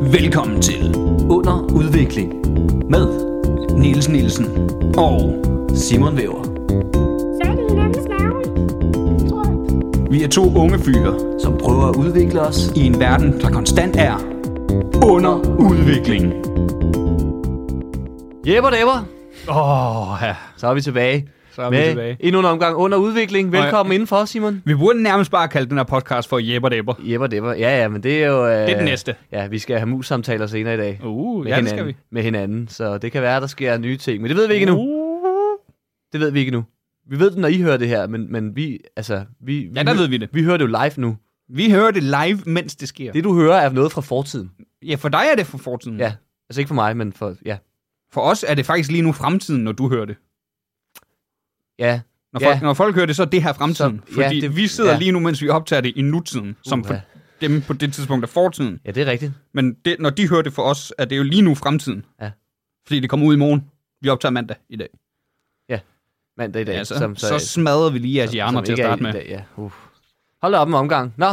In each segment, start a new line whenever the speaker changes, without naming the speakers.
Velkommen til Under Udvikling med Niels Nielsen og Simon Væver.
Fat i hinandens navle. Tror jeg.
Vi er to unge fyre
som prøver at udvikle os.
i en verden, der konstant er under udvikling.
Jepper dæpper,
Åh, oh, ja.
så er vi tilbage.
Så er vi
med
tilbage.
Endnu en omgang under udvikling. Velkommen indenfor, Simon.
Vi burde nærmest bare kalde den her podcast for Jebber Dæpper.
Jepper dæpper. Ja, ja, men det er jo... Øh, det
er den næste.
Ja, vi skal have mus-samtaler senere i dag.
Uh,
med
ja, det
hinanden,
skal vi. Uh.
Med hinanden, så det kan være, der sker nye ting. Men det ved vi ikke endnu. Det ved vi ikke nu. Vi ved det, når I hører det her, men, men vi, altså... Vi,
Ja, der ved vi det.
Vi hører det jo live nu.
Vi hører det live, mens det sker.
Det, du hører, er noget fra fortiden.
Ja, for dig er det for fortiden.
Ja. Altså ikke for mig, men for... Ja.
For os er det faktisk lige nu fremtiden, når du hører det.
Ja.
Når,
Ja.
folk, når folk hører det, så er det her fremtiden.
Så- ja,
fordi
det-
vi sidder
ja.
lige nu, mens vi optager det i nutiden, som for
Uha.
dem på det tidspunkt er fortiden.
Ja, det er rigtigt.
Men det, når de hører det for os, er det jo lige nu fremtiden.
Ja.
Fordi det kommer ud i morgen. Vi optager mandag i dag.
Mandag i dag.
Ja, så, som, så, så smadrer vi lige jeres
som-
hjerner
som
Altså, til at
ikke er
starte
i
med.
dag, Ja. Uh. Hold da op en omgang. Nå,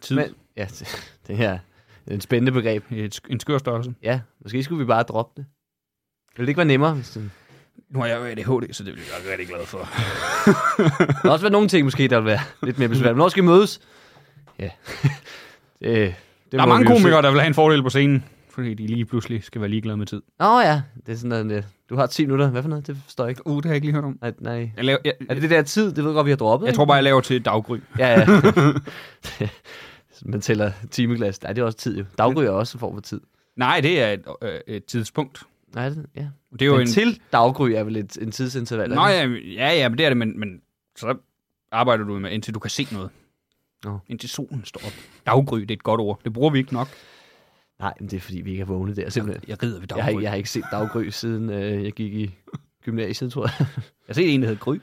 Tid.
Men, ja, det, det her det er en spændende begreb.
Et, sk- en skør størrelse.
Ja, måske skulle vi bare droppe det. Ville det ikke være nemmere? Hvis det... Der
Nu har jeg jo ADHD, så det bliver jeg rigtig glad for.
har også været nogle ting, måske, der vil være lidt mere besværligt. Hvornår skal vi mødes? Ja. det, det
Der er
må
mange
vi jo se.
komikere, der vil have en fordel på scenen, fordi de lige pludselig skal være ligeglade med tid.
Nå ja, det er sådan noget, øh, du har 10 minutter. Hvad for noget? Det forstår jeg ikke.
Uh, det har jeg ikke lige hørt om.
Nej, nej.
Jeg, laver, jeg,
Er
jeg,
det det der tid? Det ved jeg godt, vi har droppet,
jeg
ikke?
tror bare, jeg laver til daggry.
Ja, ja. Man tæller timeglas. Nej, det er også tid jo. Daggry er også en form for tid.
Nej, det er et, øh, et tidspunkt.
Nej, det, ja.
Det er jo
Men
en...
til daggry er vel et, en tidsinterval,
Nå,
ikke?
ja, ja, ja, men det er det, men, men så arbejder du med, indtil du kan se noget.
Nå.
Indtil solen står op. Daggry, det er et godt ord. Det bruger vi ikke nok.
Nej, men det er fordi, vi ikke har vågnet der, simpelthen.
Jeg rider ved
Jeg
daggry.
har, jeg har ikke set daggry, siden øh, jeg gik i gymnasiet, tror jeg.
jeg har set en, der hed Gry.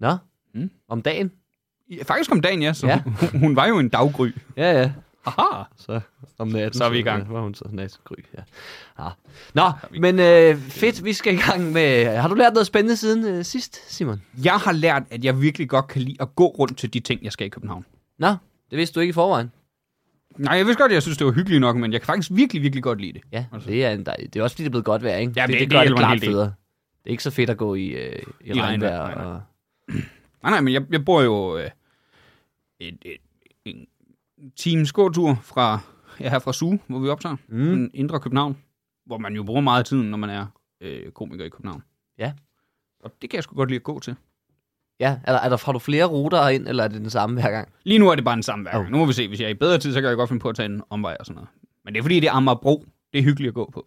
Nå,
Mm.
mm. om dagen?
Ja, Faktisk om dagen, ja. Så
Ja.
Hun, hun var jo en daggry.
Ja, ja.
Aha!
Så om natten.
Så er vi i gang.
øh, var hun så natgry, ja. Ah. Nå, men øh, fedt, vi skal i gang med... Har du lært noget spændende siden øh, sidst, Simon?
Jeg har lært, at jeg virkelig godt kan lide at gå rundt til de ting, jeg skal i København.
Nå, det vidste du ikke i forvejen.
Nej, jeg vidste godt, at jeg synes, det var hyggeligt nok, men jeg kan faktisk virkelig, virkelig godt lide det.
Ja,
Altså.
det er, en dej... det er også fordi, det er blevet godt vejr, ikke?
Ja, det-
det,
det
gør det
hjælper en
klart
hel del.
federe. Det er ikke så fedt at gå i, øh, i, I regnvejr.
regnvejr, nej, nej.
Og...
Nej, nej, men jeg, jeg bor jo øh, et, et, en times gåtur fra, ja, her fra Suge, hvor vi optager,
Mm.
mm. indre København, hvor man jo bruger meget af tiden, når man er øh, komiker i København.
Ja.
Og det kan jeg sgu godt lide at gå til.
Ja, er der, er der, har du flere ruter ind, eller er det den samme hver gang?
Lige nu er det bare den samme hver
Oh.
gang. Nu må vi se, hvis jeg er i bedre tid, så kan jeg godt finde på at tage en omvej og sådan noget. Men det er fordi, det er Amagerbro. Det er hyggeligt at gå på.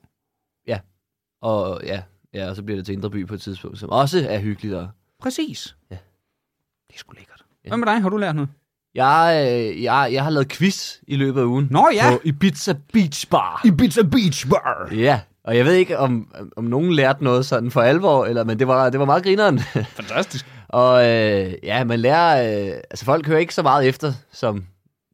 Og ja, ja, og så bliver det til Indreby på et tidspunkt, som også er hyggeligt. Og...
Præcis.
Ja.
Det er sgu lækkert.
Ja.
Hvad med dig? Har du lært noget?
Jeg, øh, jeg, jeg har lavet quiz i løbet af ugen.
Nå ja!
På Ibiza Beach Bar.
Ibiza Beach Bar.
Ja, og jeg ved ikke, om, om nogen lærte noget sådan for alvor, eller, men det var, det var meget grineren.
Fantastisk.
og øh, ja, man lærer... Øh, altså folk hører ikke så meget efter, som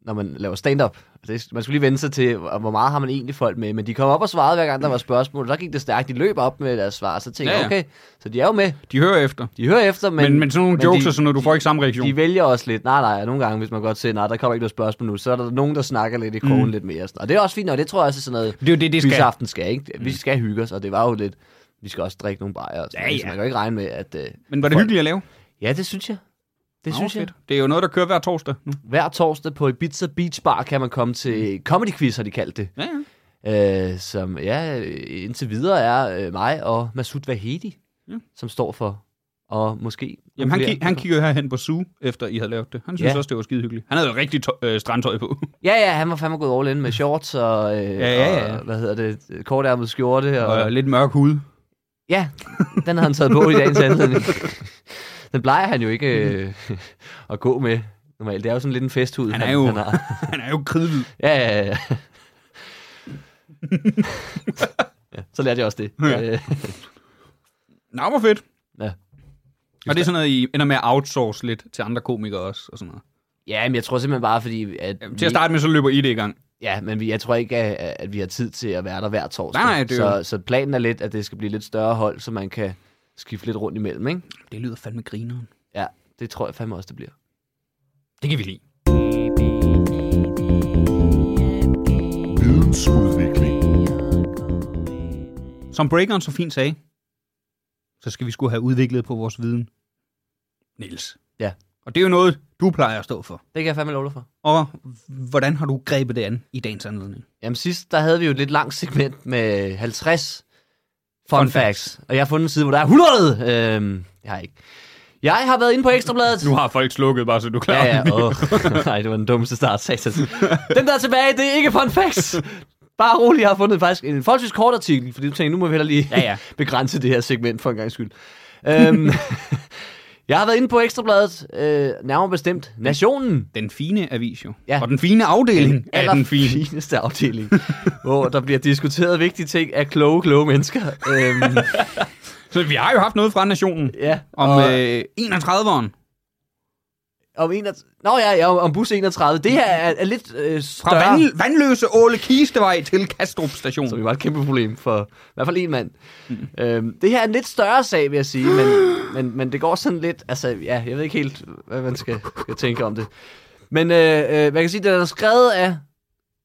når man laver stand-up. Altså, Det, man skulle lige vende sig til, hvor hvor meget har man egentlig folk med. Men de kom op og svarede, hver gang der var spørgsmål. Så gik det stærkt. De løb op med deres svar. Så tænkte
Ja,
jeg,
ja.
okay, så de er jo med.
De hører efter.
De hører efter, men...
Men, men, men sådan nogle jokes
de-
og sådan noget, du får ikke samme reaktion.
De vælger også lidt. Nej, nej, nogle gange, hvis man godt ser, nej, der kommer ikke noget spørgsmål nu, så er der nogen, der snakker lidt i krogen mm. lidt mere. Sådan. Og det er også fint, og det tror jeg også er sådan noget,
Det er jo det, det skal. Mm.
aften skal, ikke? Vi skal hygge os, og det var jo lidt, vi skal også drikke nogle bajer. Og sådan,
Ja, ja.
noget, Så man kan jo ikke regne med, at... Øh,
Men var det
folk-
hyggeligt at lave?
Ja, det synes jeg. Det
Nå,
synes jeg.
fedt. Det er jo noget, der kører hver torsdag nu.
Hver torsdag på Ibiza Beach Bar kan man komme
Mm.
til Comedy Quiz, har de kaldt det.
Ja, ja.
Øh, som ja, øh, indtil videre er øh, mig og Masud Vahedi,
Ja.
ja. som står for, og måske...
Mm. Jamen, han,
flere.
ki- han kiggede herhen på Zoo, efter I havde lavet det. Han synes
Ja.
også, det var skide hyggeligt. Han havde jo rigtig tø- øh, strandtøj på.
Ja, ja, han var fandme gået all in med shorts og, øh,
Mm. Ja, ja, ja.
og hvad hedder det, kortærmet skjorte. Og,
og lidt mørk hud.
Ja, den har han taget på i dagens anledning. den plejer han jo ikke øh, at gå med normalt. Det er jo sådan lidt en festhud.
Mm. Han er jo-
Han, han har.
Han er jo kridhvid.
Ja, ja, ja. ja. Så lærte jeg også det.
Ja.
Øh,
Nå, hvor fedt.
Ja.
Og det er sådan noget, I ender med at outsource lidt til andre komikere også. Og sådan noget.
ja, men jeg tror simpelthen bare, fordi... At
Jamen, til at starte med, så løber I det i gang.
Ja, men vi, jeg tror ikke, at, at vi har tid til at være der hver torsdag.
Nej, nej, det er
så, så planen er lidt, at det skal blive lidt større hold, så man kan skifte lidt rundt imellem, ikke?
Det lyder fandme grineren.
Ja, det tror jeg fandme også, det bliver.
Det kan vi lide.
Vidensudvikling.
Som Breakeren så fint sagde, så skal vi skulle have udviklet på vores viden. Niels.
Ja.
Og det er jo noget, du plejer at stå for.
Det kan jeg fandme love dig for.
Og hvordan har du grebet det an i dagens anledning?
Jamen sidst, der havde vi jo et lidt langt segment med 50 fun,
Fun
fun facts. Og jeg har fundet en side, hvor der er 100! Øhm, jeg har ikke. Jeg har været inde på Ekstrabladet.
har folk slukket, bare så du er klar.
Ja, ja. Åh. Nej, det var den dummeste start, satans. Den der er tilbage, det er ikke fun facts. Bare rolig, jeg har fundet faktisk en forholdsvis kort artikel, fordi du tænker, nu må vi heller lige
Ja, ja.
begrænse det her segment for en gang skyld. Øhm, jeg har været inde på Ekstrabladet, øh, nærmere bestemt Nationen,
Den fine avis jo.
Ja.
Og den fine afdeling af Mm. den fine.
fineste afdeling, hvor der bliver diskuteret vigtige ting af kloge, kloge mennesker. Øhm,
Så vi har jo haft noget fra nationen.
ja,
Om
og-
øh, 31'eren.
om, 31, Nå ja, ja, om bus 31. Det her er, er lidt øh,
Fra
større.
vand, vandløse Åle Kistevej til Kastrup station.
som jo var et kæmpe problem for i hvert fald en mand. Mm. Øhm, det her er en lidt større sag, vil jeg sige, men, men, men det går sådan lidt, altså ja, jeg ved ikke helt, hvad man skal, skal tænke om det. Men øh, øh, man kan sige, den er skrevet af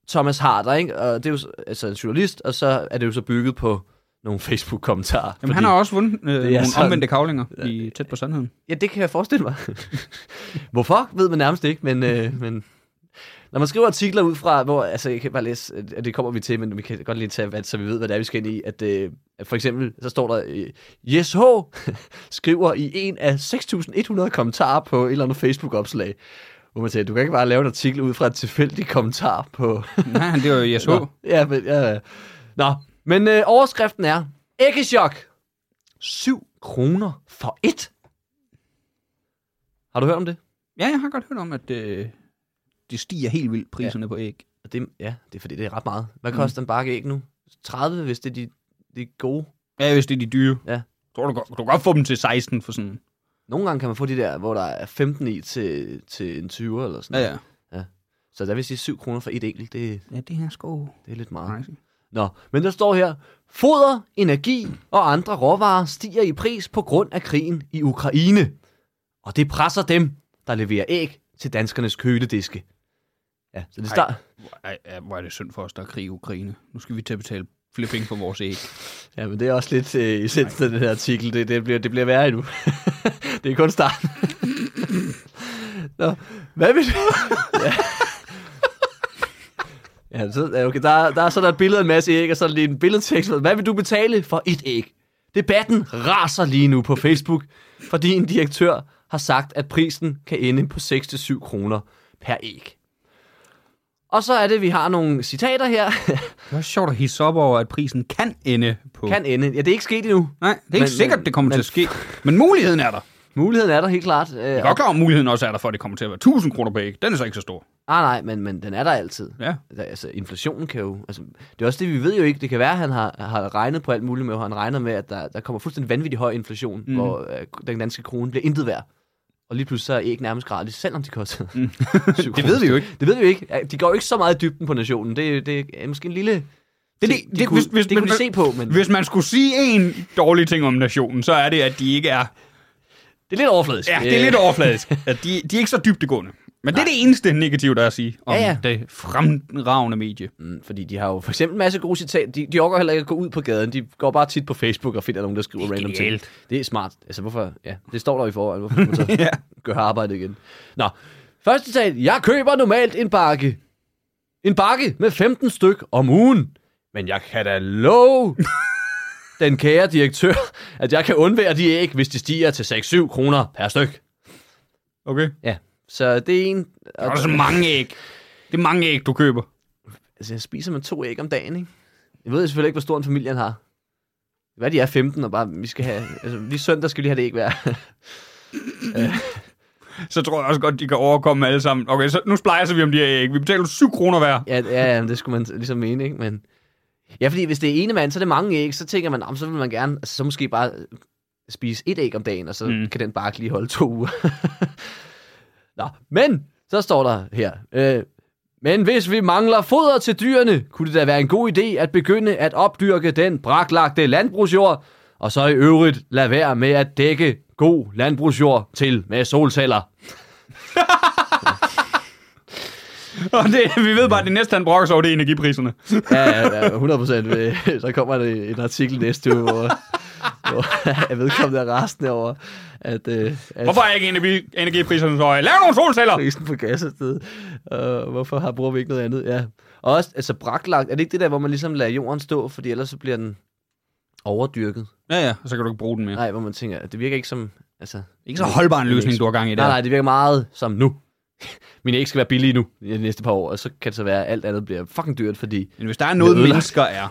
Thomas Harder, ikke? og det er jo s- altså en journalist, og så er det jo så bygget på nogle Facebook-kommentarer.
Jamen, han har også vundet øh, nogle
sådan-
omvendte kavlinger i Tæt på Sandheden.
Ja, det kan jeg forestille mig. Hvorfor, ved man nærmest ikke, men, øh, men når man skriver artikler ud fra, hvor, altså jeg kan bare læse, øh, og det kommer vi til, men vi kan godt lige tage, hvad, så vi ved, hvad det er, vi skal ind i, at, øh, at for eksempel, så står der, øh, Yes H skriver i en af 6.100 kommentarer på et eller andet Facebook-opslag, hvor man siger, du kan ikke bare lave en artikel ud fra en tilfældig kommentar på...
Nej, det var jo ISH.
Nå, ja, men, ja, ja. Nå, men øh, overskriften er, Æggechok, 7 kroner for et. Har du hørt om det?
Ja, jeg har godt hørt om, at øh, de stiger helt vildt priserne ja. på æg.
Og det, ja, det er fordi, det er ret meget.
Mm.
Hvad koster en bakke æg nu? 30, hvis det er de, de gode.
Ja, hvis det er de dyre.
Ja.
Tror du, godt- du kan godt få dem til 16 for sådan.
Nogle gange kan man få de der, hvor der er 15 i til, til en 20 eller sådan
Ja,
noget.
ja.
Så der vil sige 7 kroner for et enkelt, det,
Ja, det her sko.
det er lidt meget.
Nice.
Nå, men der står her, foder, energi og andre råvarer stiger i pris på grund af krigen i Ukraine. Og det presser dem, der leverer æg til danskernes kølediske. Ja, så det
Ej.
starter...
Ej, ja, hvor er det synd for os, der er krig i Ukraine. Nu skal vi til at betale flipping for vores æg.
Ja, men det er også lidt øh, essensen af den her artikel. Det, det, bliver, det bliver værre endnu. det er kun starten. Nå, hvad vil du? ja. ja, så, ja, okay, der, der er sådan et billede af en masse æg, og så er der lige en billedtekst. Hvad vil du betale for et æg? Debatten raser lige nu på Facebook, fordi en direktør har sagt, at prisen kan ende på 6-7 kroner per æg. Og så er det, vi har nogle citater her.
Det er sjovt at hisse op over, at prisen kan ende på...
kan ende. Ja, det er ikke sket endnu.
Nej, det er ikke
Men-
sikkert,
men-
det kommer
men-
til at ske. Men muligheden er der.
Muligheden er der helt klart. Øh,
Jeg er godt klar, over, at muligheden også er der for, at det kommer til at være 1000 kroner på æg. Den er så ikke så stor.
Ah, nej, men, men den er der altid.
Ja.
Der- Altså, inflationen kan jo... Altså, det er også det, vi ved jo ikke. Det kan være, at han har, har regnet på alt muligt med, og han regner med, at der, der kommer fuldstændig vanvittig høj inflation, mm. hvor øh, den danske krone bliver intet værd. Og lige pludselig så er æg nærmest gratis, selvom de koster. Mm.
Det ved vi jo ikke.
Det ved vi jo ikke. Ja, De går jo ikke så meget i dybden på nationen. Det, det er måske en lille... Det,
det-
de
det-
kunne,
hvis- hvis-
det kunne de
hvis-
se på, men
Hvis man skulle sige en dårlig ting om nationen, så er det, at de ikke er...
det er lidt overfladisk.
Ja, det er
Øh,
lidt overfladisk. At de, de er ikke så dybtegående. Men det er det eneste negative, der er at sige om
Ja, ja.
det fremragende medie.
Mm, Fordi de har jo for eksempel en masse gode citater. De, de orker heller ikke at gå ud på gaden. De går bare tit på Facebook og finder nogen, der skriver
Det er
random
genialt.
ting. Det er smart. Altså hvorfor? Ja, det står der jo i forvejen. Hvorfor skal man så
Ja.
gøre arbejdet igen? Nå, første citat. Jeg køber normalt en bakke. En bakke med 15 styk om ugen. Men jeg kan da love den kære direktør, at jeg kan undvære de æg, hvis de stiger til 6-7 kroner per styk.
Okay.
Ja, så det er en...
Der er så mange æg. Det er mange æg, du køber.
Altså, jeg spiser man to æg om dagen, ikke? Jeg ved selvfølgelig ikke, hvor stor en familie han har. Hvad de er 15, og bare, vi skal have... Altså, lige søndag skal vi lige have det æg hver.
Så tror jeg også godt, de kan overkomme alle sammen. Okay, så nu splejser vi om de her æg. Vi betaler 7 kroner hver.
ja, ja, ja, men det skulle man ligesom mene, ikke? Men... Ja, fordi hvis det er ene mand, så er det mange æg, så tænker man, "Nå, men så vil man gerne, altså, så måske bare øh, spise et æg om dagen, og så
Mm.
mm. kan den bare lige holde to uger. Nå, men så står der her, øh, men hvis vi mangler foder til dyrene, kunne det da være en god idé at begynde at opdyrke den braklagte landbrugsjord, og så i øvrigt lade være med at dække god landbrugsjord til med solceller.
Og det, vi ved bare, at det næste, han brokker sig over, det er energipriserne.
Ja, ja, ja 100 procent. Der kommer en, en artikel næste uge, hvor, hvor jeg vedkommende er resten over, at, øh, at
Hvorfor er ikke energi, energipriserne så høje? Lav nogle solceller!
prisen på gas er steget. Uh, hvorfor har, bruger vi ikke noget andet? Ja. Og også, altså braklagt, er det ikke det der, hvor man ligesom lader jorden stå, fordi ellers så bliver den overdyrket?
Ja, ja, og så kan du ikke bruge den mere.
Nej, hvor man tænker, at det virker ikke som, altså,
Ikke så holdbar en løsning, du har gang i der.
Nej, nej, det virker meget som nu. Mine æg skal være billige nu i de næste par år, og så kan det så være, at alt andet bliver fucking dyrt, fordi...
Men hvis der er noget,
Det er ødelagt.
mennesker er,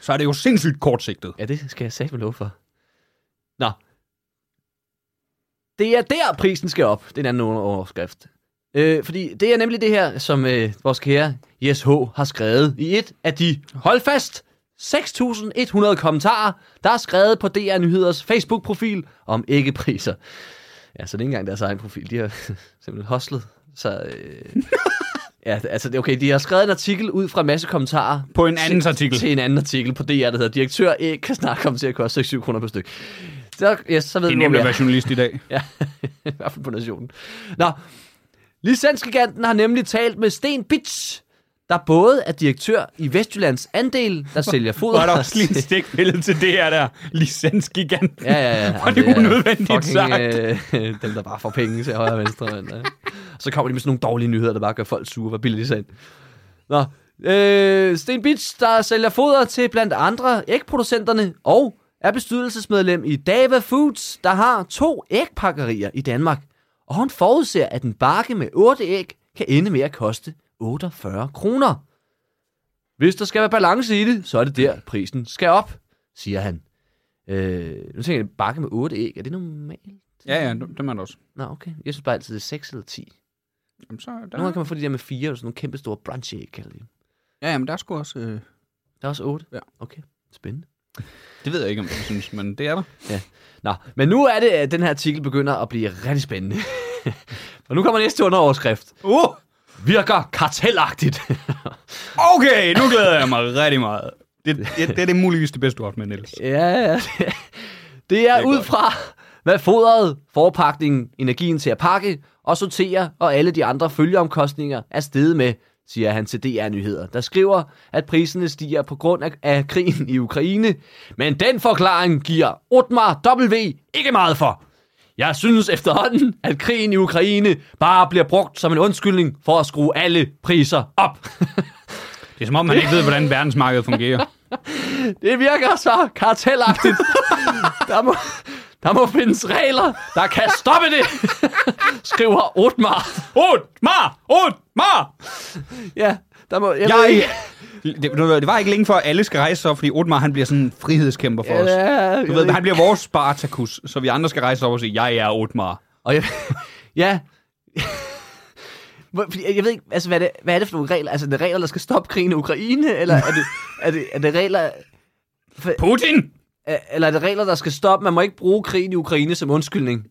så er det jo sindssygt kortsigtet.
Ja, det skal jeg sætte lov for. Nå. Det er der, prisen skal op. Det er en anden overskrift. Øh, fordi det er nemlig det her, som øh, vores kære Jes H. har skrevet i et af de, hold fast, 6.100 kommentarer, der er skrevet på DR Nyheders Facebook-profil om æggepriser. Ja, så det er ikke engang deres egen profil. De har simpelthen hostlet. Så, øh, ja, altså, det er okay, de har skrevet en artikel ud fra en masse kommentarer.
På en andens artikel.
Til en anden artikel på DR, der hedder Direktør æg kan snart komme til at koste 6-7 kroner per styk. Så, ja, så ved
Det er
vi, hvor
nemt
vi
at være journalist i dag.
Ja, i hvert fald på nationen. Nå, licensgiganten har nemlig talt med Sten Bitch, der både er direktør i Vestjyllands andel, der sælger foder.
Var der også lige en stikbillede til det her der licensgigant?
Ja, ja, ja.
Var det, det unødvendigt fucking, sagt?
Øh, dem, der bare får penge til højre og venstre. Men, ja. Så kommer de med sådan nogle dårlige nyheder, der bare gør folk sure. Hvad billigt de sig ind. Nå, øh, Sten Bitch, der sælger foder til blandt andre ægproducenterne og er bestyrelsesmedlem i Dava Foods, der har to ægpakkerier i Danmark. Og hun forudser, at en bakke med 8 æg kan ende med at koste 48 kroner. Hvis der skal være balance i det, så er det der, prisen skal op, siger han. Øh, nu tænker jeg, en bakke med 8 æg, er det normalt?
Ja, ja, dem er der også.
Nå, okay. Jeg synes bare altid, det er 6 eller 10.
Jamen, så,
Nogle gange
der,
kan man få de der med 4, eller sådan nogle kæmpe store brunch æg, kalder de. dem.
ja, jamen, der er sgu også... Øh,
Der er også 8?
Ja.
Okay, spændende.
det ved jeg ikke, om jeg synes, men det er der.
Nå, men nu er det, at den her artikel begynder at blive rigtig spændende. Og nu kommer næste underoverskrift.
Uh!
Virker kartelagtigt.
Okay, nu glæder jeg mig rigtig meget. Det, det, det er det muligvis det bedste, du har haft med, Niels.
ja, ja. Det er
er
ud
godt.
fra, hvad fodret, forpakningen, energien til at pakke og sortere og alle de andre følgeomkostninger er steget med, siger han til DR Nyheder, der skriver, at priserne stiger på grund af, af krigen i Ukraine. Men den forklaring giver Otmar W. ikke meget for. Jeg synes efterhånden, at krigen i Ukraine bare bliver brugt som en undskyldning for at skrue alle priser op.
Det er som om, man ikke ved, hvordan verdensmarkedet fungerer.
Det virker så kartelagtigt. der, må, der må findes regler, der kan stoppe det, skriver Otmar.
Ut! Mar! Ut! Mar!
Ja, der må... Jeg, ved
Jeg...
ikke-
Det, ved du hvad, det var ikke længe før, at alle skal rejse sig op, fordi Otmar, han bliver sådan en frihedskæmper for os.
Ja, jeg
Du
ved
ved, han
ikke.
bliver vores Spartacus, så vi andre skal rejse os op og sige, jeg er Otmar.
Og jeg, ja... Hvor- Fordi jeg ved ikke, altså, hvad, er det, hvad er det for nogle regler? Altså, er det regler, der skal stoppe krigen i Ukraine? Eller er det, er det, er det regler...
Putin!
er- Øh, Eller er det regler, der skal stoppe? Man må ikke bruge krigen i Ukraine som undskyldning.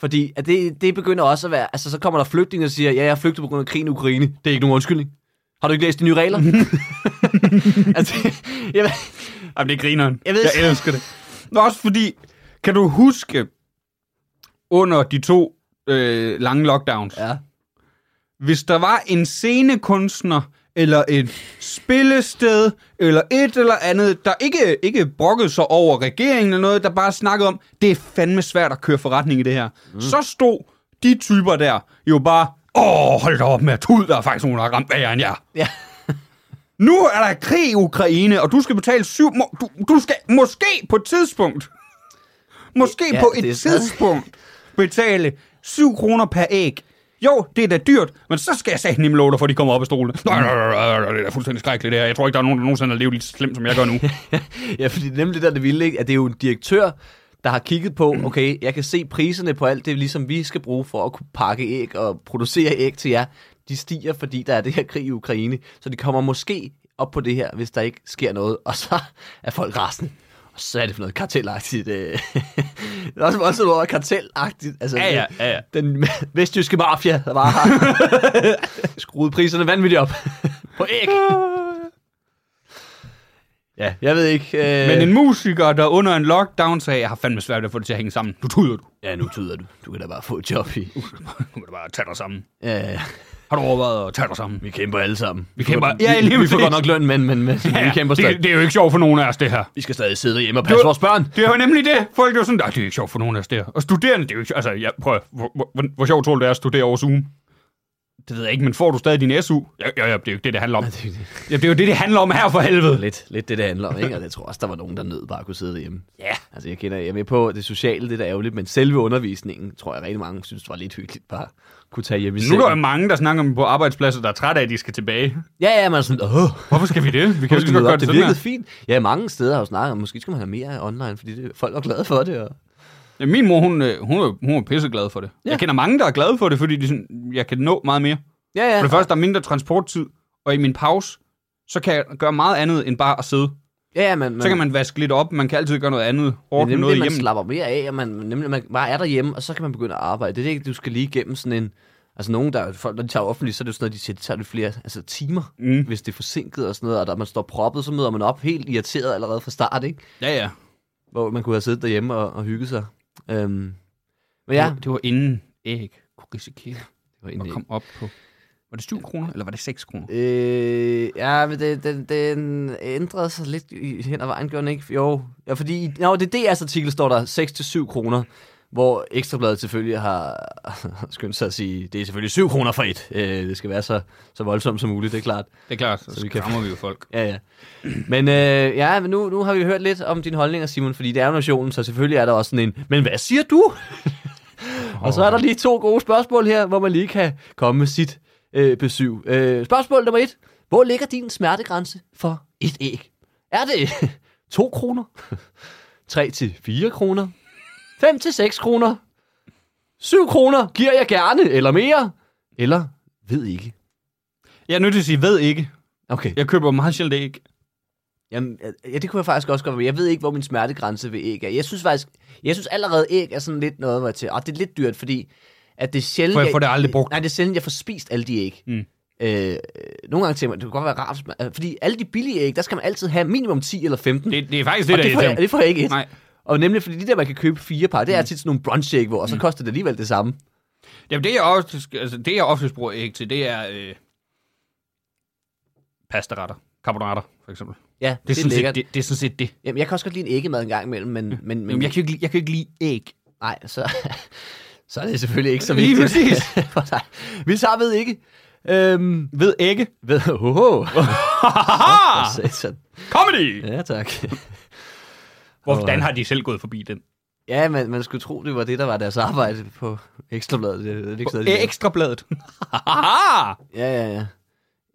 Fordi at det, det begynder også at være... Altså, så kommer der flygtninge og siger, ja, jeg er flygtet på grund af krigen i Ukraine. Det er ikke nogen undskyldning. Har du ikke læst de nye regler? altså, jeg, ved-
Jamen, det er grineren.
Jeg ved-
jeg elsker det. Nå, også fordi, kan du huske, under de to øh, lange lockdowns, ja.
ja.
hvis der var en scenekunstner, eller et spillested, eller et eller andet, der ikke, ikke brokkede sig over regeringen eller noget, der bare snakkede om, det er fandme svært at køre forretning i det her. Mm. Så stod de typer der jo bare, åh, hold da op med at tude, der er faktisk nogen, der har ramt værre end jer.
ja.
Nu er der krig i Ukraine, og du skal betale syv... Må, du, du skal måske på et tidspunkt... Måske
Ja,
ja, på et
det er stadig-
tidspunkt betale 7 kroner per æg. Jo, det er da dyrt, men så skal jeg sætte nemme love dig, for de kommer op af stolen. Nej, nej, nej, nej, nej, det er da fuldstændig skrækkeligt det her. Jeg tror ikke, der er nogen, der nogensinde har levet lige så slemt, som jeg gør nu.
ja, fordi nemlig det der, er det vilde, ikke? at det er jo en direktør, der har kigget på, okay, jeg kan se priserne på alt det, ligesom vi skal bruge for at kunne pakke æg og producere æg til jer. De stiger, fordi der er det her krig i Ukraine, så de kommer måske op på det her, hvis der ikke sker noget, og så er folk rasende. Og så er det for noget kartelagtigt. Øh. det er også voldsomt over kartelagtigt. Altså,
Ja, ja, ja, ja.
Den vestjyske mafia, der bare har skruet priserne vanvittigt op på æg. Ja, jeg ved ikke. øh,
Men en musiker, der under en lockdown sagde, jeg har fandme svært ved at få det til at hænge sammen. Nu tuder du.
Ja, nu tyder du. Du kan da bare få et job i.
Nu kan du bare tage dig sammen.
Ja, ja.
Har du overvejet at tage dig sammen?
Vi kæmper alle sammen. Vi
kæmper-
Vi,
Ja, lige
vi, vi får
præcis.
godt nok løn, men, men, men vi kæmper stadig.
det, det er jo ikke sjovt for nogen af os, det her.
Vi skal stadig sidde derhjemme og passe
Du-
vores børn.
Det er jo nemlig det. Folk er jo sådan, nej, det er ikke sjovt for nogen af os der. Og studerende, det er jo ikke Altså, ja, prøv, at- hvor, hvor, hvor, hvor sjovt tror du, det er at studere over Zoom? Det ved jeg ikke, men får du stadig din SU? Ja, ja, ja det er jo ikke det, det handler om.
Det er jo det.
Ja, det er jo det, det handler om her for helvede.
Lidt, lidt det, det handler om, ikke? Og jeg tror også, der var nogen, der nød bare at kunne sidde derhjemme.
Ja.
Altså, jeg kender, jeg er med på at det sociale, det er da ærgerligt, men selve undervisningen, tror jeg rigtig mange synes, det var lidt hyggeligt bare at kunne tage hjem i
Nu er der jo
sengen.
mange, der snakker om på arbejdspladser, der er trætte af, at de skal tilbage.
Ja, ja, man er sådan, åh,
Hvorfor skal vi det? Vi kan jo
Husk,
ikke
det,
gøre det
op. det
sådan
virkede
her.
fint. Ja, mange steder har jo snakket om, måske skulle man have mere online, fordi det, folk var glade for det. Og...
Ja, min mor, hun, øh, hun, er- hun er pisseglad for det.
Ja.
Jeg kender mange, der er glade for det, fordi de sådan, jeg kan nå meget mere.
Ja, ja.
For det første, der er mindre transporttid, og i min pause, så kan jeg gøre meget andet end bare at sidde.
ja, ja, man, man,
Så kan man vaske lidt op, man kan altid gøre noget andet.
det er
Ordne
nemlig,
noget
det, man
hjemme.
slapper mere af, og man, nemlig, man bare er derhjemme, og så kan man begynde at arbejde. Det er det ikke, du skal lige igennem sådan en... Altså nogen, der, folk, når de tager offentligt, så er det jo sådan noget, de siger, det tager lidt flere altså, timer,
Mm.
mm. hvis det er forsinket og sådan noget, og der man står proppet, så møder man op helt irriteret allerede fra start, ikke?
Ja, ja.
Hvor man kunne have siddet derhjemme og, og hygget sig. Øhm, men
Det
ja,
var, det var inden æg kunne risikere
det var
at
egentlig...
komme op på... Var det 7 kroner, eller var det 6 kroner?
Øh, ja, men det, den, den ændrede sig lidt i- hen ad vejen, gjorde den ikke? Jo, ja, fordi i- no, det er DR's artikel, står der 6-7 kroner, hvor Ekstrabladet selvfølgelig har skyndt sig at sige, det er selvfølgelig 7 kroner for et. Øh, det skal være så, så voldsomt som muligt, det er klart.
Det er klart, så,
Så
så
vi kan-
skræmmer vi jo folk.
Ja, ja. Men, øh, ja, men nu, nu har vi hørt lidt om dine holdninger, Simon, fordi det er jo nationen, så selvfølgelig er der også sådan en, men hvad siger du? Og så er der lige to gode spørgsmål her, hvor man lige kan komme med sit øh, besøg. Øh, spørgsmål nummer et. Hvor ligger din smertegrænse for et æg? Er det 2 kroner? 3 til 4 kroner? 5 til 6 kroner? 7 kroner giver jeg gerne, eller mere? Eller ved ikke.
Jeg er nødt til at sige, ved ikke.
Okay.
Jeg køber meget sjældent æg.
Jamen, ja, det kunne jeg faktisk også godt være. Jeg ved ikke, hvor min smertegrænse ved æg er. Jeg synes faktisk, jeg synes allerede, æg er sådan lidt noget, hvor jeg til, og det er lidt dyrt, fordi at det er sjældent...
For jeg får det aldrig brugt.
Nej, det er sjældent, jeg får spist alle de æg.
Mm.
Øh, nogle gange tænker man, det kunne godt være rart, hvis man- øh, fordi alle de billige æg, der skal man altid have minimum 10 eller 15.
Det, det er faktisk det,
og
der
det, får
irriterer
jeg,
mig.
det får jeg ikke et.
Nej. Mm.
Og nemlig, fordi de der, man kan købe fire par, det er tit sådan nogle brunch æg, hvor og så koster det alligevel det samme.
Jamen, det jeg oftest, altså, det jeg oftest bruger æg til, det er øh, pastaretter, carbonater, for eksempel.
Ja,
Det er, sådan set,
lækkert.
det, det er sådan set det.
Jamen, jeg kan også godt lide en æggemad en gang imellem, men... men, men
Jamen, jeg, kan jo ikke, lide- jeg kan jo ikke lide æg.
Nej, så, så er det selvfølgelig ikke så
Lige
vigtigt.
præcis.
for dig. Vi tager ved ikke. Øhm,
Ved ægge. Ah.
ved, hoho.
Haha!
Satan.
Comedy!
ja, tak.
Hvordan har de selv gået forbi den?
Ja, man, man skulle tro, det var det, der var deres arbejde på Ekstrabladet. Det, det er ikke sådan, de-
Ekstrabladet.
Ja, ja, ja.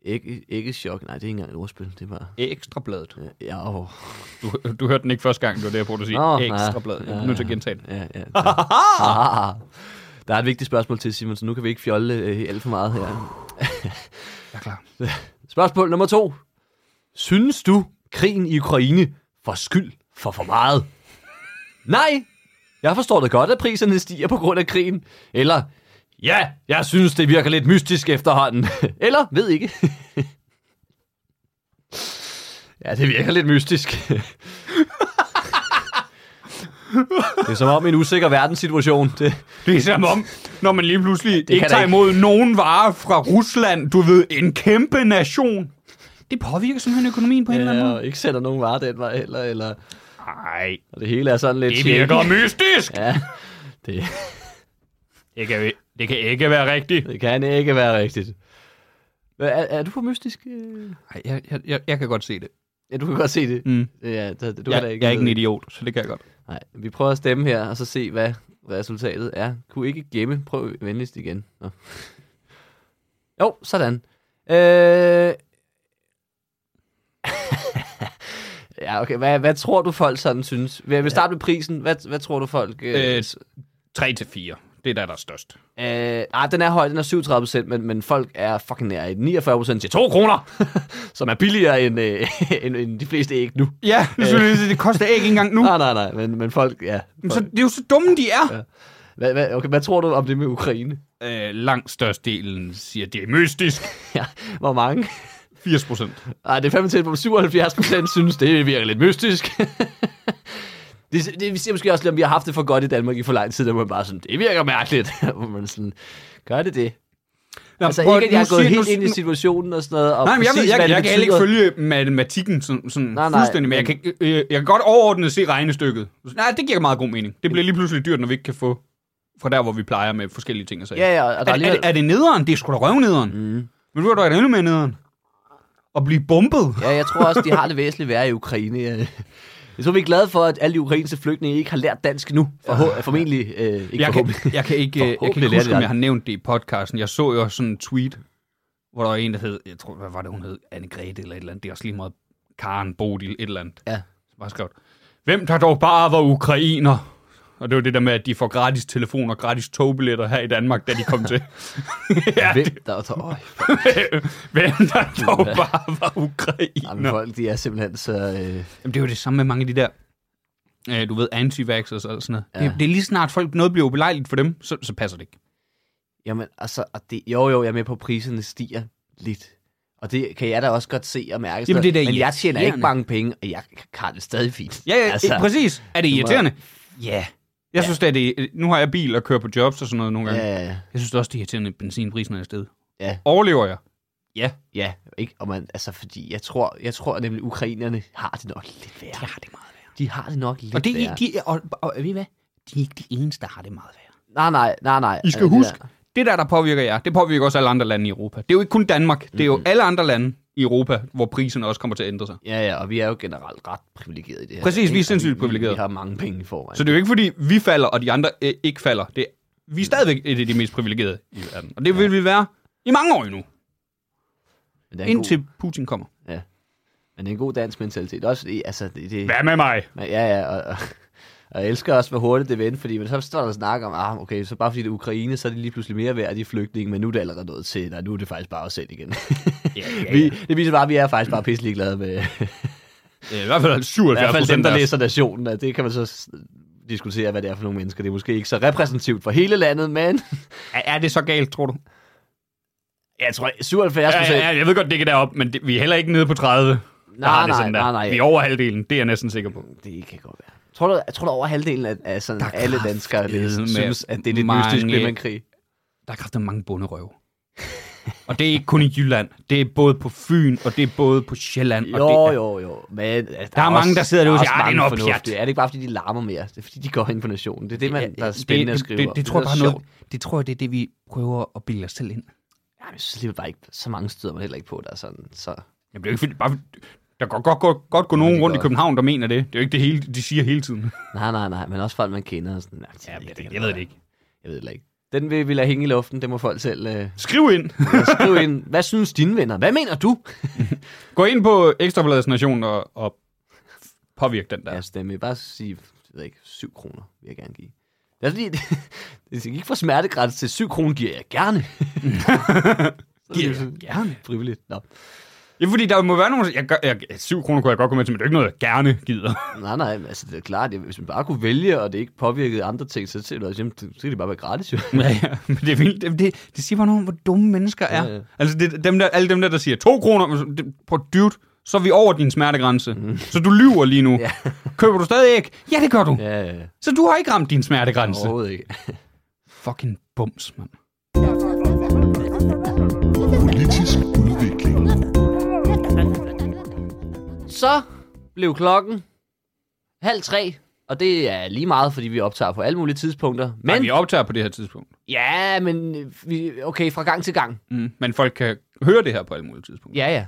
Ikke, ikke chok. Nej, det er ikke engang et ordspil. Det er bare...
Ekstrabladet.
Ja, åh.
Du, du hørte den ikke første gang, det var det, jeg prøvede at sige.
Nå,
Oh,
nej.
Ekstrabladet. Jeg er nødt til at gentage den.
Ja, ja. Ah. Der er et vigtigt spørgsmål til, Simon, så nu kan vi ikke fjolle øh, alt for meget her.
Jeg er klar.
Spørgsmål nummer to. Synes du, krigen i Ukraine får skyld for for meget? Nej, jeg forstår det godt, at priserne stiger på grund af krigen. Eller, ja, jeg synes, det virker lidt mystisk efterhånden. Eller, ved ikke. ja, det virker lidt mystisk. det er som om en usikker verdenssituation. Det,
Det er som om, når man lige pludselig
kan
ikke
da
tager
ikke.
imod nogen varer fra Rusland. Du ved, en kæmpe nation. Det påvirker simpelthen økonomien på en eller anden
ja,
måde.
og øh, ikke sender nogen varer den vej heller, eller,
Øh, Nej,
og det hele er sådan lidt...
det
shaky.
virker mystisk.
Ja, det,
Det kan, det kan ikke være rigtigt.
Det kan ikke være rigtigt. Hvad, er, er du for mystisk? øh?
Nej, jeg, jeg, jeg, jeg kan godt se det.
Ja, du kan godt se det.
Mm.
Ja, der, du
jeg,
da
jeg er ikke en idiot, så det kan jeg godt.
Nej, vi prøver at stemme her, og så se, hvad resultatet er. Kunne ikke gemme. Prøv venligst igen. Nå. Jo, sådan. Øh... ja, okay. Hvad, hvad tror du, folk sådan synes? Vi vi starter med prisen. Hvad, hvad tror du, folk... Øh...
Øh, 3 til 4. Det er der, der er størst.
Øh, ah, den er høj, den er 37 procent, men, men folk er fucking nær i den. 49 procent til 2 kroner, som er billigere end, øh, end, end de fleste æg nu.
Ja, det, synes jeg, det koster ikke engang nu.
Nej, nej, nej, men, men folk, ja.
Men
Folk.
Så, det er jo så dumme, de er.
Hvad, hvad, okay, hvad tror du om det med Ukraine?
Øh, langt størstedelen siger, det er mystisk.
Ja, hvor mange?
80 procent.
Ej, det er fandme tæt på 77 procent synes, det virker lidt mystisk. Det, det siger måske også, lidt, om vi har haft det for godt i Danmark i for lang tid, der man bare sådan, det virker mærkeligt. Hvor man sådan, gør det det?
Nå,
Altså
prøv
ikke, at
nu
jeg er gået
sig-
helt
nu-
ind i situationen og sådan noget. Og
Nej, men jeg, ved,
præcis,
jeg, jeg,
hvad det
jeg kan heller ikke
betyder.
følge matematikken sådan, sådan nej,
Nej, nej,
fuldstændig, men jeg kan,
men-
ikke- øh, jeg kan godt overordnet se regnestykket. Nej, det giver meget god mening. Det bliver lige pludselig dyrt, når vi ikke kan få fra der, hvor vi plejer med forskellige ting og sager.
Ja, ja, og der
er,
er
er, det,
alligevel...
er det nederen? Det er sgu da røvnederen.
Mm.
Men du er da endnu mere nederen. At blive bombet.
Ja, jeg tror også, de har det væsentligt værre i Ukraine. Øh, Jeg tror, vi er glade for, at alle de ukrainske flygtninge ikke har lært dansk nu. Forhå- formentlig øh, ikke
Jeg kan,
forhåbentlig.
jeg kan ikke, øh, jeg kan
Forhåbentlig
ikke
lærer
huske,
de
om
aldrig.
jeg har nævnt det i podcasten. Jeg så jo sådan en tweet, hvor der var en, der hed, jeg tror, hvad var det, hun hed? Anne-Grethe eller et eller andet. Det er også lige meget Karen Bodil, et eller andet.
Ja.
Bare skrevet, hvem der dog bare var ukrainer? Og det var det der med, at de får gratis telefon og gratis togbilletter her i Danmark, da de kom til. ja,
Hvem der er der? Øj,
hvem der dog
Uha.
bare var
jamen,
ukrainer?
folk, de er simpelthen så... Øh,
Jamen, det er jo det samme med mange af de der, øh, du ved, anti og sådan noget. Ja.
Ja.
Det, det, er lige snart folk, noget bliver ubelejligt for dem, så, så passer det ikke.
jamen, altså, og det, jo, jo, jeg er med på, at priserne stiger lidt. Og det kan jeg da også godt se og mærke.
Jamen,
sådan
det er da
noget. Men jeg tjener ikke
irriterende.
mange penge, og jeg har det stadig fint.
Ja, ja altså, præcis. Er det
du må-
irriterende?
Ja,
Jeg synes, at det, nu har jeg bil og kører på jobs og sådan noget nogle gange. Ja.
ja,
Jeg synes også, det er irriterende, at benzinprisen er stedet.
Ja.
Overlever jeg?
ja. Ikke? Og man, altså, fordi jeg tror, jeg tror nemlig, at ukrainerne har det nok lidt værre.
Jeg har det meget værre.
De har det nok lidt
Og, det, er
værre.
ikke- de, og, og, og ved I hvad? De er ikke de eneste, der har det meget værre.
Nej, nej, nej, nej.
I skal
Øh, det
huske-
der.
Det der, der påvirker jer, det påvirker også alle andre lande i Europa. Det er jo ikke kun Danmark. Det er jo alle andre lande i Europa, hvor priserne også kommer til at ændre sig.
Ja, ja, og vi er jo generelt ret privilegerede i det her.
Præcis,
land,
vi er
ikke?
sindssygt
Og vi-
privilegerede.
Vi har mange penge i forvejen.
Så det er jo ikke, fordi vi falder, og de andre øh, ikke falder. Det, vi er stadigvæk et af de mest privilegerede i verden. Og det vil vi være i mange år endnu,
Men det er en god,
indtil Putin kommer.
men det er en god dansk mentalitet. Også, fordi, altså, det, det,
Hvad med mig?
Men ja, ja, og, og, og jeg elsker også, hvor hurtigt det vendte, fordi men så står der og snakker om, ah, okay, så bare fordi det er Ukraine, så er det lige pludselig mere værd, de flygtninge, men nu er det allerede noget til, nej, nu er det faktisk bare os selv igen.
Ja, ja, ja.
vi, det viser bare, at vi er faktisk bare pisselig glade med,
Øh, I hvert fald
i
77
hvert fald dem,
procent af
der
os.
læser nationen, og det kan man så s- diskutere, hvad det er for nogle mennesker. Det er måske ikke så repræsentativt for hele landet, men
Er, er det så galt, tror du?
jeg tror 77
Ja,
procent.
ja, ja, jeg ved godt, det ikke er deroppe, men det, vi er heller ikke nede på 30. der
Nej,
har det
nej,
sådan der.
nej, nej.
Vi er over halvdelen, det er jeg næsten sikker på.
Det kan godt være. Tror du, tror du over halvdelen af, af sådan alle danskere det,
kraftedeme
synes, at det er lidt
mange-
mystisk Glimmerkrig?
Der er kraftigt mange bunderøve. og det er ikke kun i Jylland. Det er både på Fyn, og det er både på Sjælland. og det
Jo,
er,
jo, jo. Men, altså, der,
er mange, der sidder derude og
også
siger, "Ah, det er
mange
noget pjat."
fornuftige. Er det ikke bare, fordi de larmer mere? Det er, fordi de går ind på nationen. Det er det, man, der er spændende
det,
at skrive
det,
om.
det, det, tror jeg
er
bare
så
noget,
sjovt.
det tror jeg, det er det, vi prøver at bilde os selv ind.
Jamen, jeg synes alligevel bare ikke, så mange støder man heller ikke på, der er sådan. Så.
Jamen, det er jo ikke fordi, bare, der kan godt, godt, godt gå nogen
det
rundt i
gør.
København, der mener det. Det er jo ikke det hele, de siger hele tiden.
Nej, nej, nej. Men også folk, man kender. og Sådan, nej, det,
Jamen,
kan
det, jeg ved det ikke.
Jeg ved det ikke. Den vil vi lade hænge i luften. Det må folk selv øh,
Skriv ind.
skrive ind. Hvad synes dine venner? Hvad mener du?
Gå ind på Ekstrabladets Nation og, og påvirk den der.
Ja, stemme. Bare sige, jeg ved ikke, 7 kroner vil jeg gerne give. Det er fordi, det gik fra smertegrænse til 7 kroner giver jeg gerne.
Giver
Så er det
gerne?
Frivilligt. Nå.
Ja, fordi der må være nogle... Jeg, gør, jeg, 7 kroner kunne jeg godt gå med til, men det er ikke noget, jeg gerne gider.
Nej, nej, men altså det er klart, at hvis man bare kunne vælge, og det ikke påvirkede andre ting, så ser det også, jamen, det- så kan det bare være gratis jo.
ja, ja. Men det, er vildt. Det, det, det siger bare noget om, hvor dumme mennesker er. Ja,
Ja,
ja.
ja.
Altså, det, dem der, alle dem der, der siger 2 kroner, men så- det- prøv at dyrt, så er vi over din smertegrænse. Mm. Så du lyver lige nu. Ja.
Ja.
Køber du stadig æg? Ja, det gør du. Ja.
Ja, ja, ja.
Så du har ikke ramt din smertegrænse. Oh.
overhovedet ikke.
Fucking bums, mand.
Politisk udvikling.
Så blev klokken halv tre, og det er lige meget, fordi vi optager på alle mulige tidspunkter.
Men... Ej,
Men,
vi optager på det her tidspunkt.
ja, men øh, vi, okay, fra gang til gang.
Mm. Men folk kan høre det her på alle mulige tidspunkter.
Ja, ja.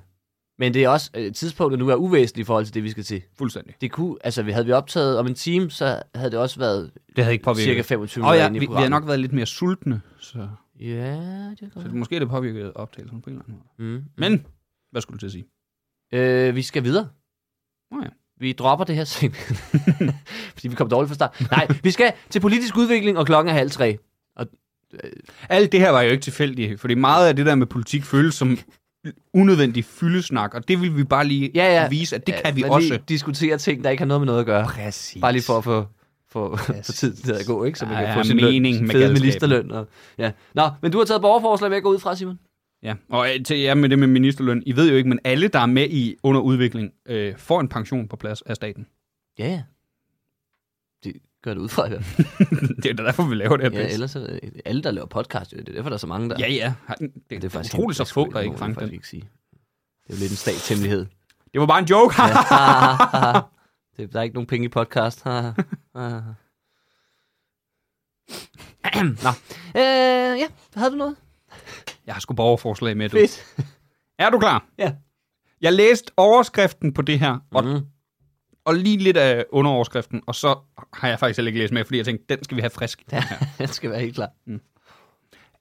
Men det er også, øh, tidspunktet nu er uvæsentligt i forhold til det, vi skal til.
Fuldstændig.
det kunne, altså vi havde vi optaget om en time, så havde det også været
Det havde ikke påvirket.
cirka 25
Og
minutter
ja,
inde
vi,
i
vi
programmet.
har nok været lidt mere sultne, så...
Ja, det kan
Så
godt.
det, måske er det påvirket optagelsen på en eller anden måde.
Mm.
Men, hvad skulle du til at sige?
Øh, vi skal videre.
Nå ja.
Vi dropper det her sent. Fordi vi kom dårligt fra start. Nej, vi skal til politisk udvikling, og klokken er halv tre.
Alt det her var jo ikke tilfældigt, fordi meget af det der med politik føles som unødvendig fyldesnak, og det vil vi bare lige ja,
Ja,
ja.
ja.
vise, at det ja, kan vi
men
også.
Lige diskutere ting, der ikke har noget med noget at gøre.
Præcis.
Bare lige for at få for,
Præcis.
for tid til at gå, ikke? Så man
Der
kan få
er
sin
mening
løn,
med
fede
galskaben.
ministerløn. Og, ja. Nå, men du har taget borgerforslag med at gå ud fra, Simon.
Ja, og øh, til jer med det med ministerløn, I ved jo ikke, men alle, der er med i under udvikling, øh, får en pension på plads af staten.
Ja, ja. Det Gør det ud fra i hvert fald.
det er da derfor, vi laver det her
Ja,
pis.
ellers så, øh, alle, der laver podcast, det er derfor, der er så mange, der...
Ja, ja. Har den- Det, det er
faktisk
utroligt så
det er sgu
få, der
det
ikke
må
fangede
jeg faktisk
den.
ikke sige. Det er jo lidt en statshemmelighed.
Det var bare en joke.
Ja. det, der er ikke nogen penge i podcast. Nå. Øh, ja, havde du noget?
Jeg har sgu borgerforslag med, du.
Fedt.
Er du klar?
Ja.
Jeg læste overskriften på det her, og,
Mm.
og lige lidt af underoverskriften, og så har jeg faktisk heller ikke læst med, fordi jeg tænkte, den skal vi have frisk.
Ja, den skal være helt klar.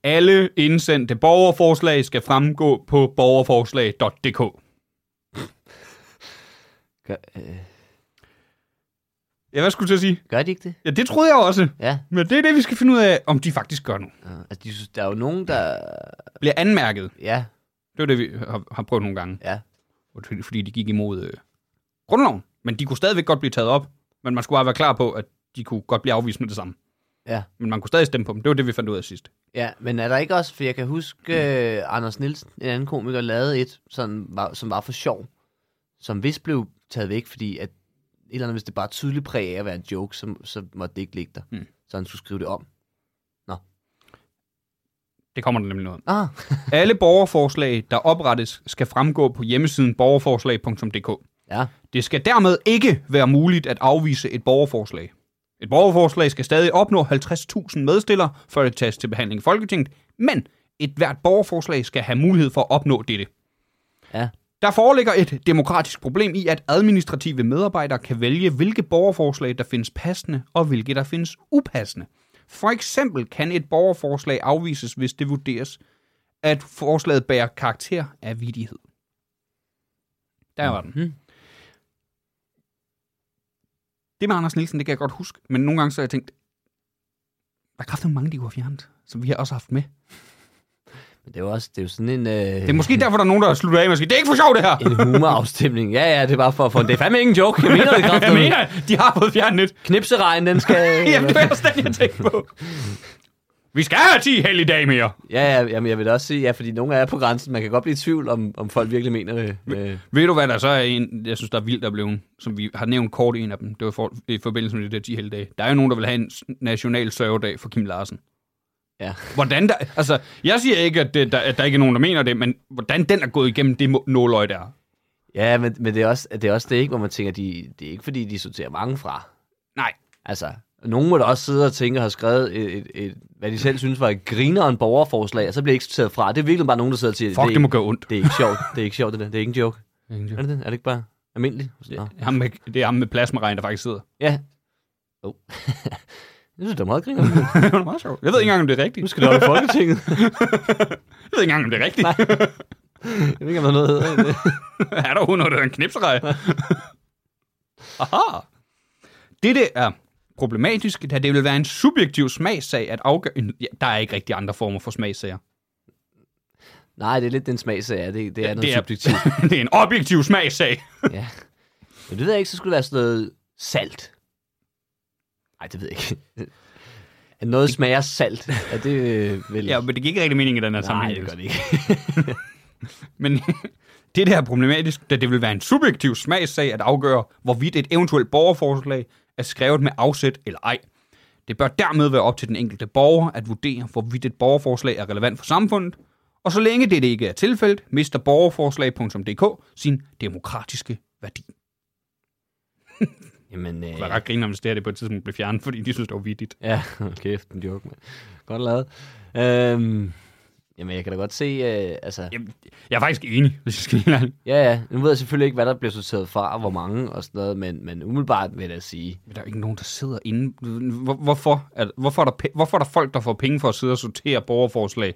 Alle indsendte borgerforslag skal fremgå på borgerforslag.dk.
Gør, øh,
Ja, hvad skulle jeg til at sige?
gør de ikke det?
Ja, det troede jeg også.
Ja.
Men det er det, vi skal finde ud af, om de faktisk gør nu.
Øh, Altså, de, synes- der er jo nogen, der...
Bliver anmærket.
Ja,
Det er det, vi har, har prøvet nogle gange.
ja.
Og det er Fordi de gik imod øh, grundloven. Men de kunne stadigvæk godt blive taget op. Men man skulle bare være klar på, at de kunne godt blive afvist med det samme.
Ja.
Men man kunne stadig stemme på dem. Det var det, vi fandt ud af sidst.
Ja, men er der ikke også, for jeg kan huske,
Mm.
uh, Anders Nielsen, en anden komiker, lavede et, sådan, var, som var for sjov, som vist blev taget væk, fordi at, et eller andet, hvis det bare tydeligt præg af at være en joke, så, så måtte det ikke ligge der.
Mm.
Så han skulle skrive det om.
Det kommer der nemlig noget om.
Ah,
Alle borgerforslag, der oprettes, skal fremgå på hjemmesiden borgerforslag.dk.
ja.
Det skal dermed ikke være muligt at afvise et borgerforslag. Et borgerforslag skal stadig opnå 50.000 medstillere, før det tages til behandling i Folketinget, men et hvert borgerforslag skal have mulighed for at opnå dette.
Ja.
Der foreligger et demokratisk problem i, at administrative medarbejdere kan vælge, hvilke borgerforslag, der findes passende, og hvilke, der findes upassende. For eksempel kan et borgerforslag afvises, hvis det vurderes, at forslaget bærer karakter af vidighed. Der var den. Det med Anders Nielsen, det kan jeg godt huske, men nogle gange så har jeg tænkt, der er kraftigt mange, de kunne have fjernet, som vi har også haft med.
Men det er jo også, det er jo sådan en, øh,
Det er måske derfor, der er nogen, der har sluttet af med at sige, det er ikke for sjovt det her!
en humorafstemning. Ja, ja, det er bare for at få, det er fandme ingen joke, jeg mener det
Jeg
kraftedeme.
mener, de har fået fjernet lidt.
Knipseregn, den skal...
Jamen, det var også den, jeg tænkte på. Vi skal have 10 heldige dage mere.
ja, ja, jamen, jeg vil da også sige, ja, fordi nogle er på grænsen, man kan godt blive i tvivl, om, om folk virkelig mener det. Øh,
Ved du, hvad der så er en, jeg synes, der er vildt, der er blevet, som vi har nævnt kort i en af dem, det var for, i forbindelse med det der 10 heldige Der er jo nogen, der vil have en s- national sørgedag for Kim Larsen.
ja.
Hvordan der, altså, jeg siger ikke, at, det, der, at der ikke er nogen, der mener det, men hvordan den er gået igennem det må- nåløg der.
Ja, men, men det, er også, det er også det ikke, hvor man tænker, de, det er ikke fordi, de sorterer mange fra.
Nej,
Altså, nogen må da også sidde og tænke og have skrevet et, et, et, hvad de selv synes var et grineren borgerforslag, og så bliver det ikke sorteret fra. Det er virkelig bare nogen, der sidder og siger,
fuck,
det,
det
er
må
ikke,
gøre ondt.
det er ikke sjovt, det er ikke sjovt, det der. Det er ikke en joke. Er
Det
det det? Er det ikke bare almindeligt? Nå.
er, ham med, det er ham med plasmaregn, der faktisk sidder.
Ja. Oh. Jeg synes, det er meget griner.
det var meget sjovt. Jeg ved ikke engang, om det er rigtigt.
Nu skal du holde Folketinget.
Jeg ved ikke engang, om det er rigtigt.
Jeg ved ikke, om der er noget hedder. det.
er der overhovedet noget, der hedder en knipserej? Aha. Dette er problematisk, da det vil være en subjektiv smagssag at afgøre... en- Ja, der er ikke rigtig andre former for smagssager.
Nej, det er lidt den smagsag, ja. det, det er noget
det er-
subjektivt.
det er en objektiv smagssag.
Ja. Men det ved jeg ikke, så skulle det være sådan noget salt. Nej, det ved jeg ikke. At noget smager salt, er det øh, vel...
Ja, men det giver ikke rigtig mening i den her
Nej,
sammenhæng.
det gør det ikke.
Men det der er problematisk, da det vil være en subjektiv smagssag at afgøre, hvorvidt et eventuelt borgerforslag er skrevet med afsæt eller ej. Det bør dermed være op til den enkelte borger at vurdere, hvorvidt et borgerforslag er relevant for samfundet, og så længe det ikke er tilfældet, mister borgerforslag.dk sin demokratiske værdi.
Jamen, øh,
Jeg var ret griner, hvis det her det på et tidspunkt blev fjernet, fordi de synes, det var vigtigt.
ja, hold kæft, en joke, mand. Godt lavet. Øhm, jamen, jeg kan da godt se, øh, altså...
Jeg, jeg er faktisk enig, hvis jeg skal være helt ærlig.
Ja, ja, nu ved jeg selvfølgelig ikke, hvad der bliver sorteret fra, og hvor mange og sådan noget, men, men umiddelbart vil jeg da sige...
Men der er jo ikke nogen, der sidder inde. Hvor, hvorfor? Er, hvorfor, er der, pe- hvorfor er der folk, der får penge for at sidde og sortere borgerforslag?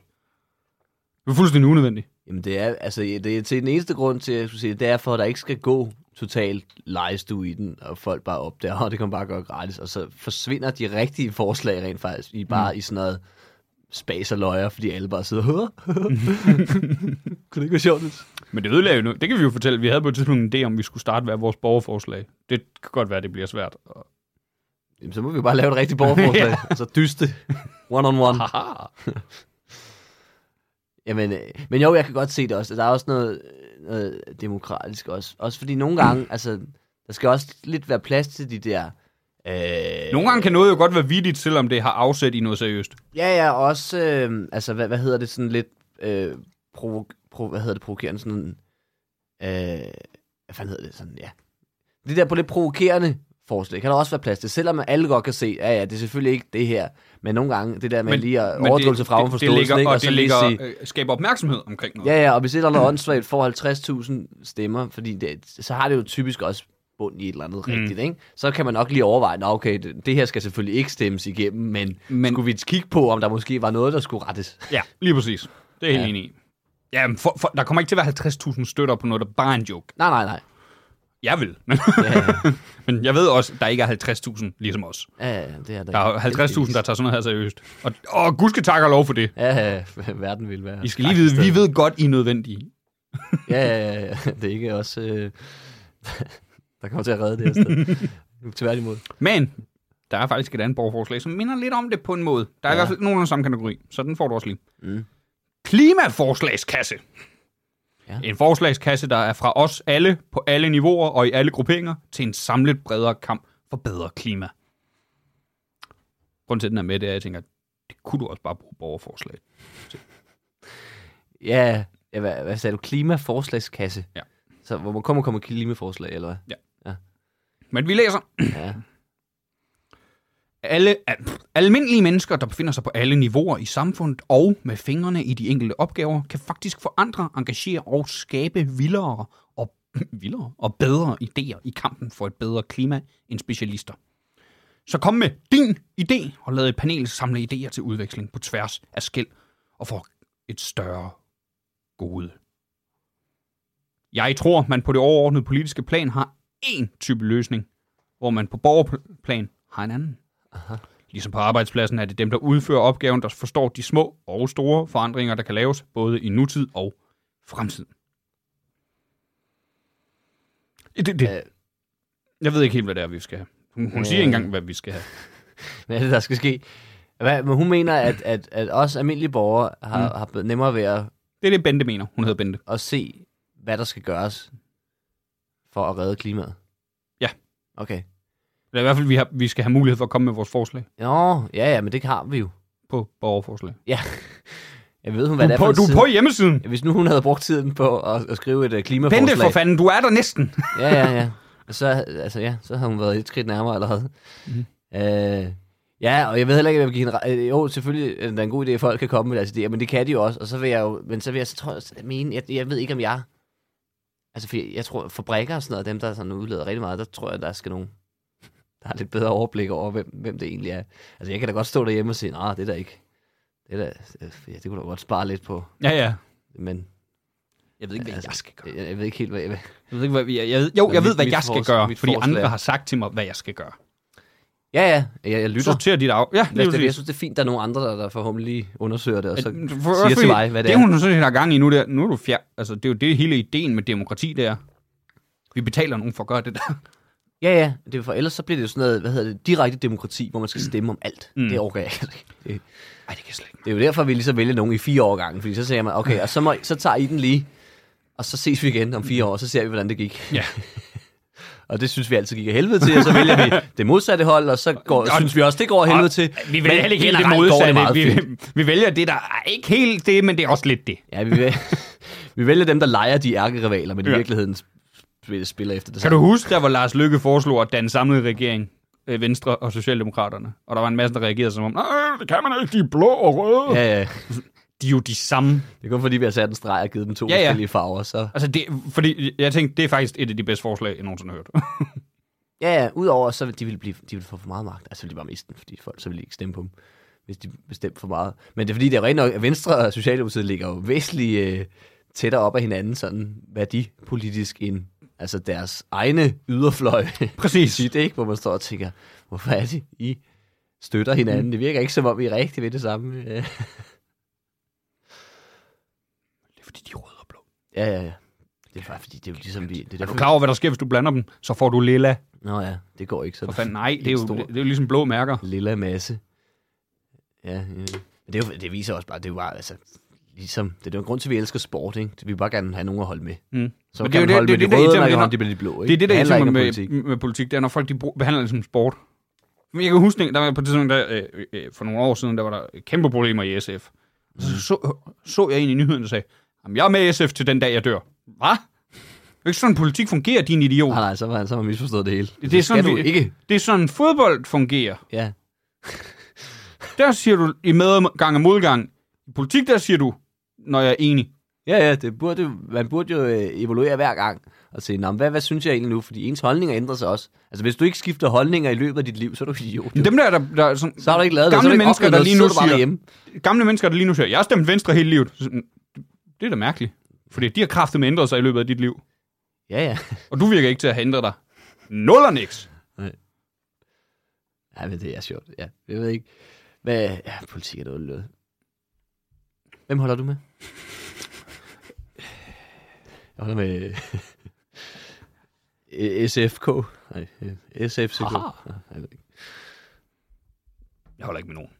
Det er fuldstændig unødvendigt.
Jamen, det er, altså, det er til den eneste grund til, at jeg skulle sige, det er for, at der ikke skal gå totalt lejestue i den, og folk bare opdager, og det kan man bare gøre gratis, og så forsvinder de rigtige forslag rent faktisk, i bare mm. i sådan noget spas og løjer, fordi alle bare sidder, hør, kunne det ikke være sjovt? hvis-
Men det ødelagde jo nu. Det kan vi jo fortælle. Vi havde på et tidspunkt en idé, om vi skulle starte hver vores borgerforslag. Det kan godt være, det bliver svært.
Øh, Jamen, så må vi jo bare lave et rigtigt borgerforslag, og så dyste, one on one.
Haha.
Jamen, øh, men jo, jeg kan godt se det også. Altså, Der er også noget, noget demokratisk også. Også fordi nogle gange, altså, der skal også lidt være plads til de der Øh,
Nogle gange kan noget jo godt være vidigt, selvom det har afsæt i noget seriøst.
Ja, ja, og også, øh, altså, hvad, hvad hedder det, sådan lidt, øh, provo, provo, hvad hedder det, provokerende, sådan, øh, hvad fanden hedder det, sådan, ja. Det der på lidt provokerende forslag, kan der også være plads til, selvom alle godt kan se, ja, ja, det er selvfølgelig ikke det her, men nogle gange, det der med men, lige at overdrive sig fra en
det, det ligger,
forståelse, ikke?
og,
så
det
lige
ligger,
sige,
øh, skaber opmærksomhed omkring noget.
ja, ja, og hvis et eller andet åndssvagt får 50.000 stemmer, fordi det, så har det jo typisk også bund i et eller andet mm. rigtigt, ikke? Så kan man nok lige overveje, nå okay, det, det her skal selvfølgelig ikke stemmes igennem, men, men
Men-
skulle vi kigge på, om der måske var noget, der skulle rettes?
Ja, lige præcis. Det er jeg helt
Ja.
enig i. Ja, men for, for, der kommer ikke til at være 50.000 støtter på noget, der bare er en joke.
Nej, nej, nej.
Jeg vil, men,
Ja, ja.
men jeg ved også, der ikke er 50.000 ligesom os.
Ja, ja, det er der.
Der er 50.000, der tager sådan noget her seriøst. Og, og gud skal takke og lov for det.
Ja, ja, verden vil være...
I skal lige vide, vi ved godt, I er nødvendige.
Ja, ja, ja, det er ikke også... Øh... der kommer til at redde det her sted. Tværtimod.
Men der er faktisk et andet borgerforslag, som minder lidt om det på en måde. Der er ja. i
Ja.
hvert fald nogen af samme kategori, så den får du også lige.
Mm.
Klimaforslagskasse.
Ja.
Ja. En forslagskasse, der er fra os alle, på alle niveauer og i alle grupperinger, til en samlet bredere kamp for bedre klima. Grunden til, at den er med, det er, at jeg tænker, det kunne du også bare bruge borgerforslag.
Ja, ja hvad, hvad sagde du? Klimaforslagskasse?
Ja.
Så hvor man kommer, kommer klimaforslag, eller hvad?
Men vi læser.
Ja.
Alle, al- pff, almindelige mennesker, der befinder sig på alle niveauer i samfundet og med fingrene i de enkelte opgaver, kan faktisk forandre, engagere og skabe vildere og, vildere og bedre idéer i kampen for et bedre klima end specialister. Så kom med din idé og lad et panel samle idéer til udveksling på tværs af skæld og for et større gode. Jeg tror, man på det overordnede politiske plan har én type løsning, hvor man på borgerplan har en anden. Ligesom på arbejdspladsen er det dem, der udfører opgaven, der forstår de små og store forandringer, der kan laves både i nutid og fremtid. Det, det,
Øh,
jeg ved ikke helt, hvad det er, vi skal have. Hun, hun siger
Øh.
ikke engang, hvad vi skal have.
Hvad er det, der skal ske? Hvad, men hun mener, at, at, at os almindelige borgere har, mm. har nemmere ved at,
Det er det, Bente mener. Hun hedder Bente.
at se, hvad der skal gøres for at redde klimaet.
Ja.
Okay.
Eller i hvert fald, vi, har, vi skal have mulighed for at komme med vores forslag
Nå, ja, ja, men det har vi jo.
på borgerforslag.
Ja. Jeg ved hun, hvad
Du
det
er,
er
på,
for en
du er
side.
på hjemmesiden.
Hvis nu hun havde brugt tiden på at, at skrive et øh, klimaforslag.
Bente for fanden, du er der næsten.
Ja, ja, ja. Og Så, altså, ja, så havde hun været et skridt nærmere allerede.
Mhm.
Mm. Øh, ja, og jeg ved heller ikke, hvad jeg vil give hende... re- øh, Jo, selvfølgelig er det en god idé, at folk kan komme med deres idéer, men det kan de jo også. Og så vil jeg jo... Men så vil jeg så tror jeg, så- jeg, mene, jeg, jeg ved ikke, om jeg... Altså, for jeg, jeg tror, fabrikker og sådan noget, dem, der sådan udleder rigtig meget, der tror jeg, der skal nogen... Der har lidt bedre overblik over, hvem, hvem det egentlig er. Altså, jeg kan da godt stå derhjemme og sige, nej, det er der ikke. Det er da, øh, ja, det kunne da godt spare lidt på.
Ja, ja.
Men
Jeg ved ikke,
Altså,
skal
jeg, jeg ved ikke helt, hvad jeg vil.
Jeg ved ikke, hvad, jeg, jeg, jo, jeg
Mit-
ved, hvad
mit
jeg skal
forslag-
gøre,
mit
fordi
forslag.
andre har sagt til mig, hvad jeg skal gøre.
Ja, ja, jeg, jeg lytter.
Sorter dit af. Ja, lige
Lad os da- jeg
præcis.
synes, det er fint, der er nogle andre, der, der forhåbentlig undersøger det, og så
At- for-
siger
fordi
til mig, hvad det,
det
er.
hun sådan set har gang i nu, der, nu er du fjer. Altså, det er jo det hele ideen med demokrati, det er. Vi betaler nogen for at gøre det der.
Ja, ja, det er for ellers så bliver det jo sådan noget, hvad hedder det, direkte demokrati, hvor man skal stemme om alt.
Mm.
Det orker jeg altså ikke. Det,
Nej, det kan jeg slet ikke.
det er jo derfor, vi lige så vælger nogen i fire år gange, fordi så siger man, okay, og så, må, så tager I den lige, og så ses vi igen om fire år, og så ser vi, hvordan det gik.
Ja.
Og det synes vi altid gik af helvede til, og så vælger vi det modsatte hold, og så går,
Og-
synes vi også, det går af helvede til.
Vi
Men
vælger heller ikke helt det
generelt går
modsatte.
meget
vi,
fint.
vi vælger det, der er ikke helt det, men det er også lidt det.
Ja, vi, vælger, vi vælger dem, der leger de ærkerivaler, men i
Ja.
virkeligheden sp- spiller efter det
Kan du huske, der hvor Lars Lykke foreslog at danne samlet regering? øh, Venstre og Socialdemokraterne. Og der var en masse, der reagerede som om, "Øh, det kan man ikke, de er blå og røde. Ja.
Ja, ja.
De er jo de samme.
Det er kun fordi, vi har sat en streg og givet dem to ja,
Ja,
ja.
ja.
forskellige farver. Så.
Altså, det, fordi jeg tænkte, det er faktisk et af de bedste forslag, jeg nogensinde har hørt.
Ja, ja. Udover, så vil de ville, blive, de ville få for meget magt. Altså, de ville bare miste den, fordi folk så ville de ikke stemme på dem, hvis de bestemte for meget. Men det er fordi, det er rent nok, at Venstre og Socialdemokratiet ligger jo væsentligt øh, tættere op af hinanden, sådan værdipolitisk end altså deres egne yderfløj.
Præcis.
Tit, ikke? Hvor man står og tænker, hvorfor er det, I støtter hinanden? Det virker ikke, som om I er rigtig ved det samme. Øh,
Det er fordi, de er røde og blå.
ja, ja, ja. Det er bare fordi, det er jo ligesom vi... Det er
Er du
derfor-
klar over, hvad der sker, hvis du blander dem? Så får du lilla.
Nå ja, det går ikke så.
For fanden, nej, det er,
Lidt
jo,
stor.
det er jo ligesom blå mærker.
lilla masse. Ja, ja. Men det, er jo, det viser også bare, det er jo bare, altså, ligesom, det er jo en grund til, at vi elsker sport, ikke? Vi vil bare gerne have nogen at holde med.
Mm.
Så
Men
kan
det er jo
man
det-
holde
det er
med
det,
de
der
røde,
irriterer
man
mig,
kan
når-
holde de blå, ikke?
Det er det, der
handler
irriterer
ikke
mig med
om politik.
politik. med politik, det er, når folk de brug, behandler det som sport. Men jeg kan huske, der var på et tidspunkt, der, øh, øh, for nogle år siden, der var der kæmpe problemer i SF. Og
Mm.
Så, så, så jeg en i nyhederne og sagde, Jamen, jeg er med i SF til den dag, jeg dør. Hvad? Det er ikke sådan, politik fungerer, din idiot.
Nej, nej, så var han så har man misforstået det hele.
Det er sådan,
skal du
vi-
ikke.
Det er sådan, fodbold fungerer.
Ja.
Der siger du i medgang og modgang. I politik, der siger du, når jeg er enig.
Ja, ja, det burde, jo- man burde jo øh, evaluere hver gang og se, Nå, men hvad, hvad synes jeg egentlig nu? Fordi ens holdninger ændrer sig også. Altså, hvis du ikke skifter holdninger i løbet af dit liv, så er du idiot.
Men
jo.
dem der, der, der er sådan,
Så har du ikke lavet det, så
gamle
har du
mennesker,
ikke opnået
der lige
noget, så
nu
er du bare
siger-
derhjemme.
gamle mennesker, der lige nu siger, jeg har stemt venstre hele livet. Så sådan, Det er da mærkeligt. Fordi de har kraftet med ændret sig i løbet af dit liv.
Ja, ja.
Og du virker ikke til at have ændret dig. Nul og niks.
Ja, men det er sjovt. Ja, jeg ved ikke. Hvad, ja, politik er noget noget. Hvem holder du med? Jeg holder med øh, SFK. Nej, øh, SFCK.
Aha.
Nå, Jeg ved ikke.
Jeg holder ikke med nogen.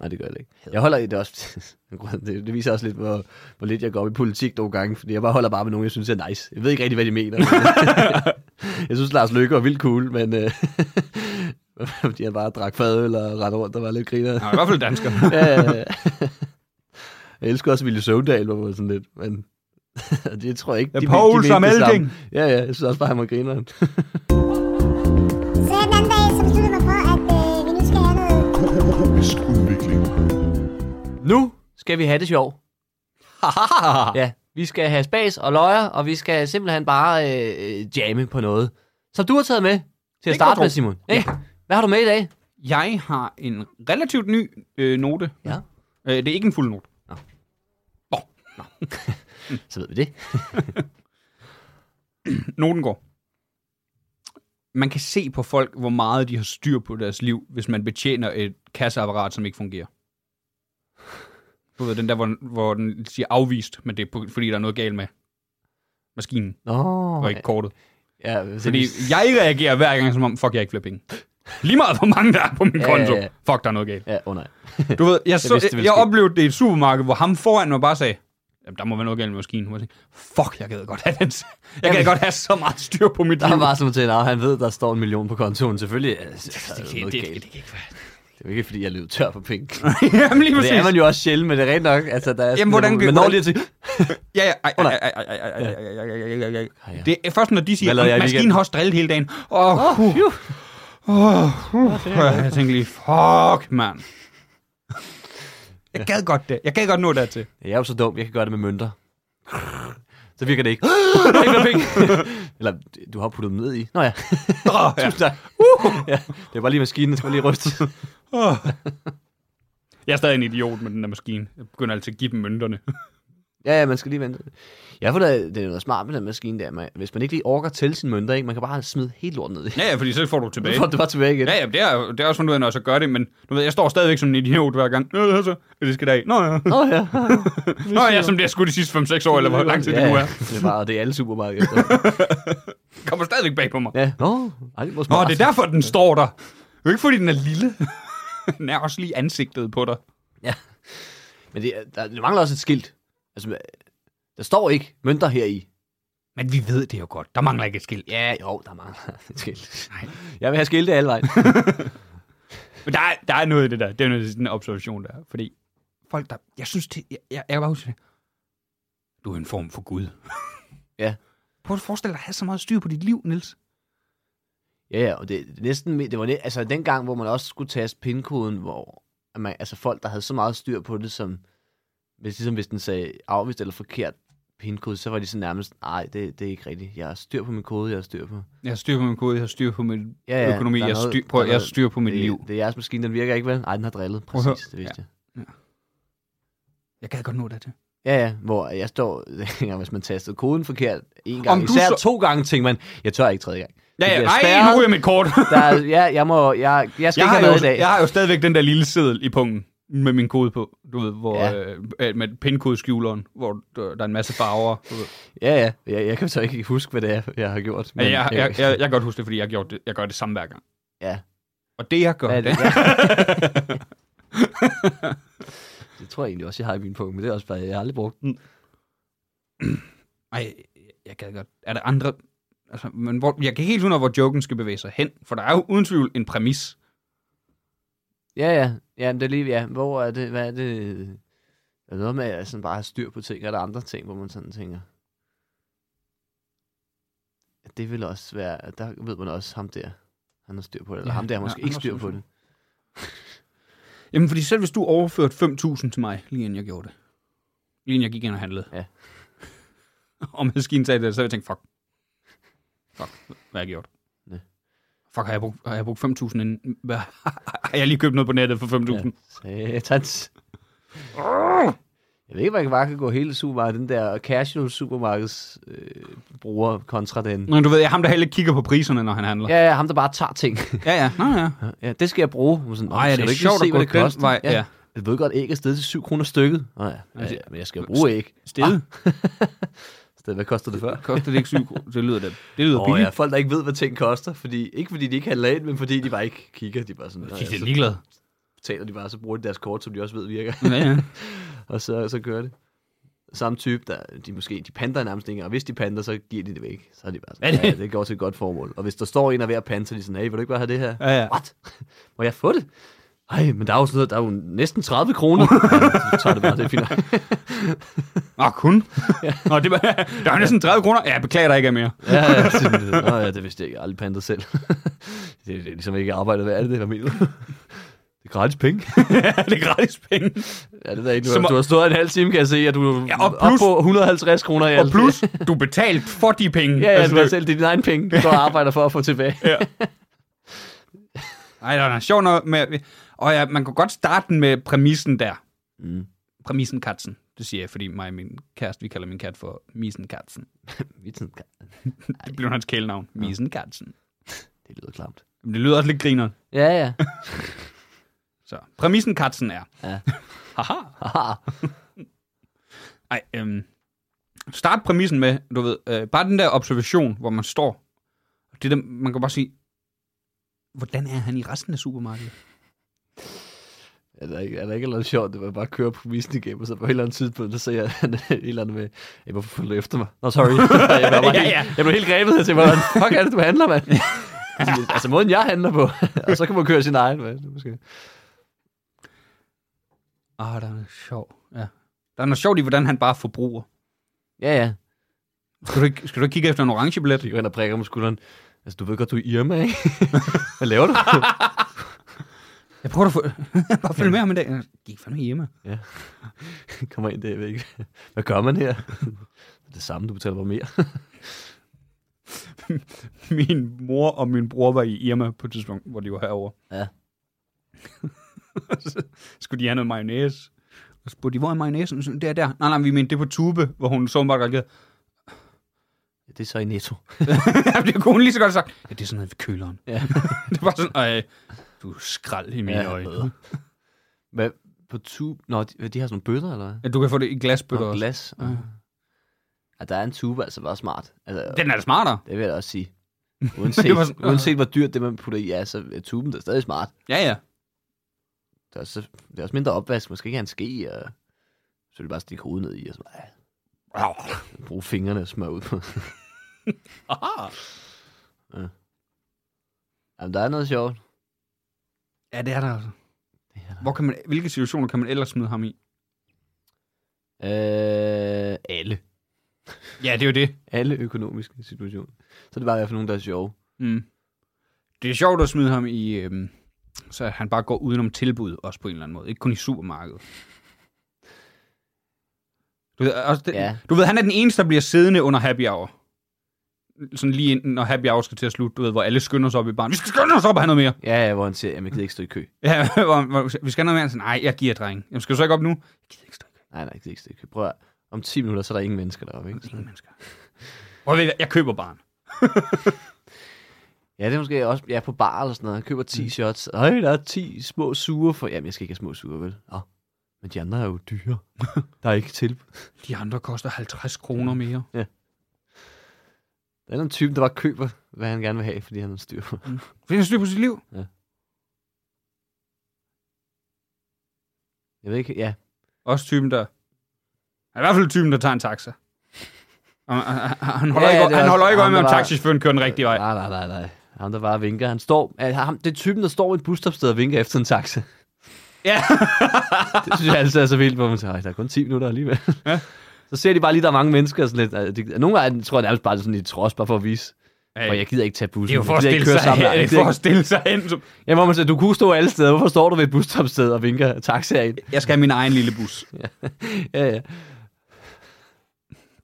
Nej, det gør jeg ikke. Jeg holder i det også. det, det viser også lidt, hvor, hvor lidt jeg går op i politik nogle gange, fordi jeg bare holder bare med nogen, jeg synes er nice. Jeg ved ikke rigtig, hvad de mener. jeg synes, Lars Løkke var vildt cool, men øh, fordi han bare drak fadøl og rendte rundt, der var lidt griner.
Nej, i hvert fald dansker.
Øh, jeg elsker også Ville Søvndal, hvor man var sådan lidt, men det tror jeg ikke,
The
de,
polls
de, de
are
mente det
melting.
samme. Ja, ja, jeg synes også bare, han var grineren.
Så den anden dag, så besluttede jeg mig for, at øh, vi nu skal have noget
Komisk udvikling.
Nu skal vi have det sjovt. Ja, vi skal have spas og løjer, og vi skal simpelthen bare øh, øh, jamme på noget. Som du har taget med til at
kan jeg
starte
tro.
med, Simon. Ja. Hvad har du med i dag?
Jeg har en relativt ny øh, note.
Ja.
Øh, det er ikke en fuld note.
Så ved vi det.
Noten går. Man kan se på folk, hvor meget de har styr på deres liv, hvis man betjener et kasseapparat, som ikke fungerer. Du ved, den der, hvor, hvor den siger afvist, men det er på, fordi der er noget galt med maskinen
Nå,
og ikke kortet.
ja, så
Fordi
vi-
jeg reagerer hver gang som om, fuck, jeg ikke flere penge. Lige meget, hvor mange der er på min
Ja, ja,
konto.
ja.
Fuck, der er noget galt.
Ja, åh oh, nej.
Du ved, jeg, så,
vidste, det
jeg,
ville
jeg
ske.
oplevede det i et supermarked, hvor ham foran mig bare sagde, Jamen, der må være noget galt med maskinen. Hvor Jeg tænkte, fuck, jeg gad godt have den. Jeg gad
Jamen.
godt have så meget styr på mit
Der
liv.
er bare som til en han ved, der står en million på kontoen. Selvfølgelig ja, altså, der er
det,
noget
kan, det,
galt.
det, det kan ikke være.
Det er jo ikke, fordi jeg løb tør for penge.
Jamen, lige
Det
præcis.
er man jo også sjældent, men det er rent nok. Altså, der er sådan,
hvordan-
men når lige til,
Ja, ja. Ej,
Åh,
ej,
nej.
ej, ej, ej, ej, ej, ej, ej, ej, ej, ej,
ja.
ej. Det er først, når de siger,
Hvad lavede jeg
at
i
maskinen
weekenden?"
har strillet hele dagen. Åh, oh,
phew.
jeg tænkte lige, fuck, mand. Jeg gad godt det. Jeg gad godt nå dertil.
Jeg er jo så dum, jeg kan gøre det med mønter. Så virker det ikke. Der er ikke flere penge. Eller, du har puttet dem ned i. Nå ja,
Åh, ja.
tusind tak. Uh! Ja, det var bare lige maskinen, det var lige rystet.
Åh. Jeg er stadig en idiot med den der maskine. Jeg begynder altid at give dem mønterne.
Ja, ja, man skal lige vente. Jeg får da, det er noget smart med den maskine der. Man, hvis man ikke lige orker til sine mønter, ikke? man kan bare smide helt lortet ned i.
Ja, ja, fordi så får du tilbage.
Så får du bare tilbage igen.
Ja, ja, det er, det er også fundet ud af, når jeg så gør det, men du ved, jeg står stadigvæk som en idiot hver gang. Nå, det er så, det skal der af. Nå, ja.
Nå ja.
Nå, ja, som det er skudt de sidste 5-6 år, eller hvor lang tid
ja,
det nu er.
ja. Det er bare, det er alle supermarkeder. efterhånden.
Kommer stadigvæk bag på mig.
Ja. Nå, ej, det var
Nå,
smart.
det er derfor, den står der. Det er jo ikke, fordi den er lille. den er også lige ansigtet på dig.
Ja. Men det, er- der, der mangler også et skilt. Altså, der står ikke mønter her i.
Men vi ved det jo godt. Der mangler ikke et skilt.
Ja, jo, der mangler et skilt. Nej. Jeg vil have skilte alle vejen.
Men der er, der er noget i det der. Det er jo noget i den observation der. Fordi folk der... Jeg synes det... Jeg, jeg, jeg kan bare huske det. Du er en form for Gud.
Ja.
Prøv at forestille dig at have så meget styr på dit liv, Nils.
Ja, ja, og det, det er næsten, det var næ- altså dengang, hvor man også skulle taste pindkoden, hvor at man, altså folk, der havde så meget styr på det, som hvis, ligesom hvis den sagde afvist eller forkert pindkode, så var de så nærmest, nej, det, det er ikke rigtigt. Jeg har styr på min kode, jeg har styr på.
Jeg har styr på min kode, jeg har styr på min
Ja, ja,
økonomi,
der er
jeg,
noget-
styr, prøv,
der er
jeg har
noget-
styr på mit
det,
liv.
Det er jeres maskine, den virker ikke vel? Nej, den har drillet.
at høre.
Præcis, det vidste jeg.
Jeg kan godt nå det til.
Ja, ja, hvor jeg står, dengang, hvis man tastede koden forkert en gang,
Om du
især
så-
to gange, tænkte man, jeg tør ikke tredje gang.
Ja,
Det
ja,
bliver
ej,
spærret.
nu er mit kort.
Der er, ja, jeg må, jeg, jeg skal
Jeg
ikke
har,
have noget i
jo,
dag.
jeg har jo stadigvæk den der lille seddel i pungen med min kode på, du ved, hvor,
Ja.
ja. øh, med pindkodeskjuleren, hvor der, der er en masse farver. Du ved.
Ja, ja. Jeg, jeg kan så ikke huske, hvad det er, jeg har gjort.
Men, jeg, jeg, jeg, jeg kan godt huske det, fordi jeg, gjorde det, jeg gør det samme hver gang.
ja.
Og det, jeg gør,
Hvad er
det,
det? Ja. det tror jeg egentlig også, jeg har i min punkt, men det er også bare, jeg har aldrig brugt den.
Ej, jeg kan godt. Er der andre... Altså, men hvor, jeg kan ikke helt undre, hvor joken skal bevæge sig hen, for der er jo uden tvivl en præmis.
Ja, ja. Ja, men det er lige, ja. Hvor er det, hvad er det? Er det noget med at sådan bare have styr på ting, og der er andre ting, hvor man sådan tænker. Ja, Det vil også være, der ved man også ham der. Han har styr på det, eller
Ja,
ja, ham der har
ja,
måske
han
ikke
har
styr
styr på
på det.
Jamen, fordi selv hvis du overførte 5.000 til mig, lige inden jeg gjorde det. Lige inden jeg gik ind og handlede.
Ja.
og maskinen sagde det, så ville jeg tænkte, fuck. Fuck, hvad har jeg gjort?
Ja.
Fuck, har jeg brugt, har jeg brugt 5.000 inden? Hvad? har jeg lige købt noget på nettet for 5.000?
Ja, satans. Jeg ved ikke, man kan bare kan gå hele supermarkedet, den der casual supermarkeds øh, bruger kontra den.
Nå, du ved, jeg er ham, der heller ikke kigger på priserne, når han handler.
Ja, ja, ham der bare tager ting.
ja. ja. Nå, ja.
Ja, det skal jeg bruge. Hun Sådan,
Ej, er det
skal du ikke lige
sjovt at
se,
gå
hvad det
den
koster?
vej? Ja.
Ja. Jeg ved godt, æg er stedet til 7 kroner stykket. Nå ja, ja, ja, men jeg skal jo bruge æg.
Stede.
Stedet, hvad koster det før?
Ah. Koster Ah. det ikke 7 kroner? Det lyder, det, det lyder
Åh oh,
billigt.
ja, folk der ikke ved, hvad ting koster. Fordi, ikke fordi de ikke handler ind, men fordi de bare ikke kigger. De bare sådan, "Nå ja,
De er
så
ligeglade.
betaler de bare, så bruger de deres kort, som de også ved virker.
Ja, ja.
og så, så kører det. Samme type, der, de måske de panter nærmest ikke, engang, og hvis de panter, så giver de det væk. Så er de bare sådan,
Er det-
ja, det går til et godt formål. Og hvis der står en og er ved at pante, så er de sådan, hey, vil du ikke bare have det her?
Ja, ja.
What? Må jeg få det? Ej, men der er jo sådan noget, der er jo næsten 30 kroner. ja, så tager det bare, det er fint. nok.
Nå, kun. Nå, det, var- der er næsten 30 kroner. Ja, jeg beklager, der ikke er mere.
ja, ja, sådan, Nå, ja, det vidste jeg ikke. Jeg har aldrig pantet selv. det, er- det er ligesom ikke arbejdet værd, er det det, der mener? Det er gratis penge.
det er gratis penge.
Ja, det er der ikke. Du,
Som-
har, du har stået en halv time, kan jeg se, at du er
Ja, og
op
plus-
på 150 kroner. i
Og
alt.
plus, du betalte for de penge.
Ja, ja,
Altså,
altså, det er selv det er dine egne penge, du går og arbejder for at få tilbage.
Ej, der er sjovt noget med... Og ja, man kunne godt starte den med præmissen der.
Mm.
Præmissen Katzen. Det siger jeg, fordi mig og min kæreste, vi kalder min kat for Misen Katzen.
Vitsen,
Det blev hans kælenavn. Misen Katzen.
det lyder klamt.
Men det lyder også lidt griner.
Ja, ja.
Så præmissen Katzen er...
Ja.
Haha.
Haha.
Ej, øhm, start præmissen med, du ved, øh, bare den der observation, hvor man står. Det der, man kan bare sige, hvordan er han i resten af supermarkedet?
Er der, ikke, er der ikke noget sjovt, at man bare kører på visen igennem, og så på et eller andet tidspunkt, så ser jeg han er et eller andet med, "Ey, hvorfor følger du efter mig? Nå, sorry. jeg, var bare
Ja,
helt,
ja.
jeg blev helt grebet, jeg tænkte, hvordan fuck er det, du handler, mand? Fordi, altså måden, jeg handler på. og så kan man køre sin egen, mand. Måske.
Ah, der er noget sjovt. Ja. Der er noget sjovt i, hvordan han bare forbruger.
Ja, ja.
Skal du ikke, skal du ikke kigge efter en orangebillet?
De går hen og prikker mig på skulderen. Altså, du ved godt, du er Irma, ikke? Hvad laver du?
Jeg prøver at få... bare følge med ham en dag. Gik fandme hjemme.
Kommer ind der, jeg ved ikke. Hvad gør man her? det samme, du betaler bare mere.
Min mor og min bror var i Irma på et tidspunkt, hvor de var herovre.
Ja.
så skulle de have noget mayonnaise. Og så spurgte de, hvor er mayonnaisen? Så, Der, der. Nej, nej, vi mente det på tube, hvor hun så bare reagerede.
Det er så i netto.
Jamen, det kunne hun lige så godt have sagt. Ja, det er sådan noget ved køleren.
Ja.
det var sådan, øh, du er skrald i mine
Ja,
ja, øjne.
bedre. Hvad? På tube? Nå, de, de har sådan nogle bøtter, eller hvad?
Ja, du kan få det i glasbøtter
Og
også.
glas. Ja. ja, der er en tube altså bare smart. Altså, det...
Den er da smartere.
det vil jeg da også sige. Uanset,
var sådan-
uanset hvor dyrt det, man putter i, er, så er tuben der stadig smart.
Ja, ja.
Der er, også, der er også mindre opvask. Man skal ikke have en ske, og så vil du bare stikke hovedet ned i, og så bare, ja, bruge fingrene og smøre ud på.
Aha.
Jamen, der er noget sjovt.
Ja, det er der altså.
Det er der.
Hvor kan man, hvilke situationer kan man ellers smide ham i?
Øh, alle.
Ja, det er jo det.
Alle økonomiske situationer. Så er det bare i hvert fald nogen, der er sjove.
Mm. Det er sjovt at smide ham i, øhm, så at han bare går udenom tilbud, også på en eller anden måde. Ikke kun i supermarkedet. Du ved, også det, ja.
Ja.
du ved, han er den eneste, der bliver siddende under happy hour. Sådan lige inden, når happy hour skal til at slutte, du ved, hvor alle skynder sig op i baren. Vi skal skynde os op og have noget mere.
Ja, ja, hvor han siger, jamen, jeg gider ikke stå i kø.
Ja, hvor, hvor, vi skal have noget mere. Han siger, nej, jeg giver, dreng. Jamen, skal du så ikke op nu? Jeg gider ikke stå i kø.
Nej, nej, jeg gider ikke stå i kø. Prøv at, om 10 minutter, så er der ingen mennesker deroppe, ikke?
Ingen mennesker. Prøv at vide, jeg køber barn.
Ja, det er måske også ja, på bar eller sådan noget. Jeg køber 10 mm. shots. Øj, der er 10 små sure for... Jamen, jeg skal ikke have små sure, vel? Nå. Men de andre er jo dyre. der er ikke til.
De andre koster 50 kroner mere.
Der er en type, der bare køber, hvad han gerne vil have, fordi han har styr på.
Fordi han har styr på sit liv.
Jeg ved ikke, ja.
Også typen, der... Han er i hvert fald typen, der tager en taxa. Og, og, og, han holder
Ja,
ikke,
det er
han
også-
holder ikke øje
ham,
med, om
der bare-
taxichaufføren kører den rigtige vej.
Nej, nej, nej, nej. Ham, der bare vinker. Han står... Er, ham, det er typen, der står i et busstopsted og vinker efter en taxa.
Ja.
Det synes jeg altid er så vildt, hvor man siger, "Ej, der er kun 10 minutter alligevel.
Ja.
Så ser de bare lige, der er mange mennesker. og Sådan lidt, altså, de, nogle gange tror jeg nærmest bare, det er sådan lidt trods, bare for at vise.
Hey.
Hey. Og jeg gider ikke tage bussen.
Det er jo for
jeg
at
gider
stille
ikke køre
sig,
sammen. med andre.
hen,
Jeg
for
gider
at stille
ikke-
sig hen. Som...
Ja, hvor man siger, du kunne stå alle steder. Hvorfor står du ved et busstopsted og vinker taxa ind?
Jeg skal have min egen lille bus.
Ja, ja.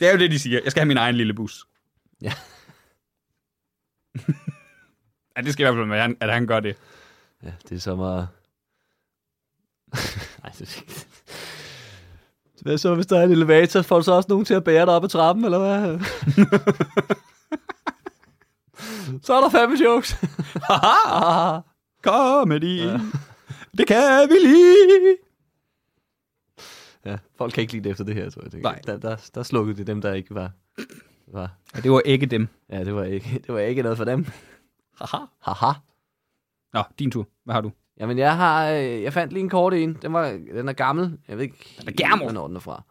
Det er jo det, de siger. Jeg skal have min egen lille bus.
Ja.
ja, det skal i hvert fald være, at han- at han gør det.
ja det er så meget... Nej, det er ikke... Hvad så, hvis der er en elevator? Får du så også nogen til at bære dig op ad trappen, eller hvad? så er der fandme jokes.
Comedy. Ja. Det kan vi lige.
Ja, folk kan ikke lide det efter det her, tror jeg. tænker.
Nej.
Der, der, der slukkede de dem, der ikke var... var.
Ja, det var ikke dem.
Ja, det var, ikke, det var ikke noget for dem. Haha. Haha.
Nå, din tur. Hvad har du?
Jamen, jeg har... øh, Jeg fandt lige en kort en. Den, var, den er gammel. Jeg ved ikke,
er gammel.
hvornår den er fra.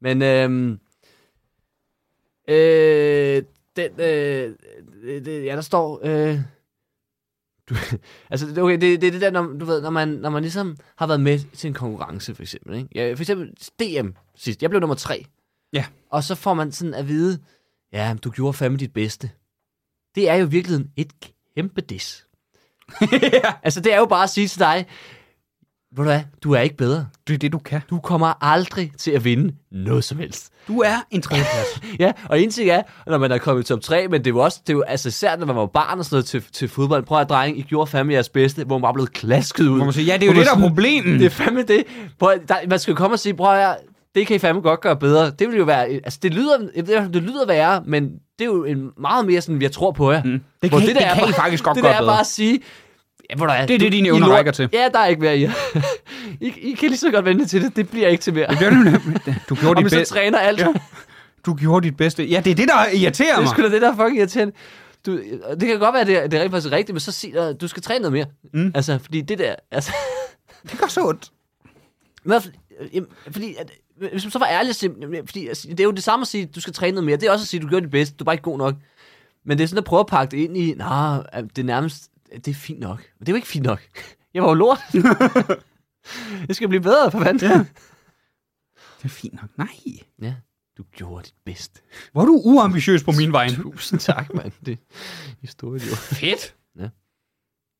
Men øhm, øh, den... Øh, det, det- ja, der står... Øh, du, altså, det- okay, det, det er det der, når, du ved, når man, når man ligesom har været med til en konkurrence, for eksempel. Ikke? Ja, for eksempel DM sidst. Jeg blev nummer tre.
Ja.
Og så får man sådan at vide, ja, du gjorde fandme dit bedste. Det er jo i virkeligheden et kæmpe dis. Altså, det er jo bare at sige til dig, ved du hvad, du er ikke bedre.
Det er det, du kan.
Du kommer aldrig til at vinde noget som helst.
Du er en tredjeplads.
Ja, og en ting er, når man er kommet i top 3, men det er jo også, det er jo, altså især når man var barn og sådan noget til, til fodbold. Prøv at drenge, I gjorde fandme jeres bedste, hvor man bare blev klasket ud.
Hvor man siger, ja, det er jo
Hvor man
det, der er
sådan-
problemet.
Det er fandme det. Prøv, at- der, man skal jo komme og sige, prøv at høre, det kan I fandme godt gøre bedre. Det vil jo være, altså det lyder, jeg ved, det lyder værre, men det er jo en meget mere sådan, jeg tror på jer. Mm.
Det kan I- det kan I faktisk godt
det
gøre
der er
bedre.
bare at sige, ja, hvor der er,
Det er det, dine evner rækker til.
Ja, der er ikke mere i jer. I, I kan lige så godt vente til det. Det bliver ikke til mere.
Det er jo nemlig- Du gjorde,
Og
dit
man så
bedste.
træner alt. Ja,
Ja,
det
du gjorde dit bedste. Ja, det er det, der irriterer
er
mig.
sgu da det, der er fucking irriterende. Du, og det kan godt være, at det, er- det er rent faktisk rigtigt, men så sig dig, du skal træne noget mere. Mm. Altså, fordi det der... Altså,
Det gør så ondt.
Men, øh, jamen, fordi, at, øh, hvis man så var ærlig, så, jamen, fordi, altså, det er jo det samme at sige, at du skal træne noget mere. Det er også at sige, at du gjorde dit bedste, du er bare ikke god nok. Men det er sådan at prøve at pakke det ind i, nej, det er nærmest, øh, det er fint nok. Men det er jo ikke fint nok. Jeg var jo lort. jeg skal blive bedre, for fanden. Ja.
Det er fint nok. Nej.
ja. Du gjorde dit bedste.
Hvor er du uambitiøs på min vej.
Tusind tak, mand. Det er store idiot.
Fedt.
Ja.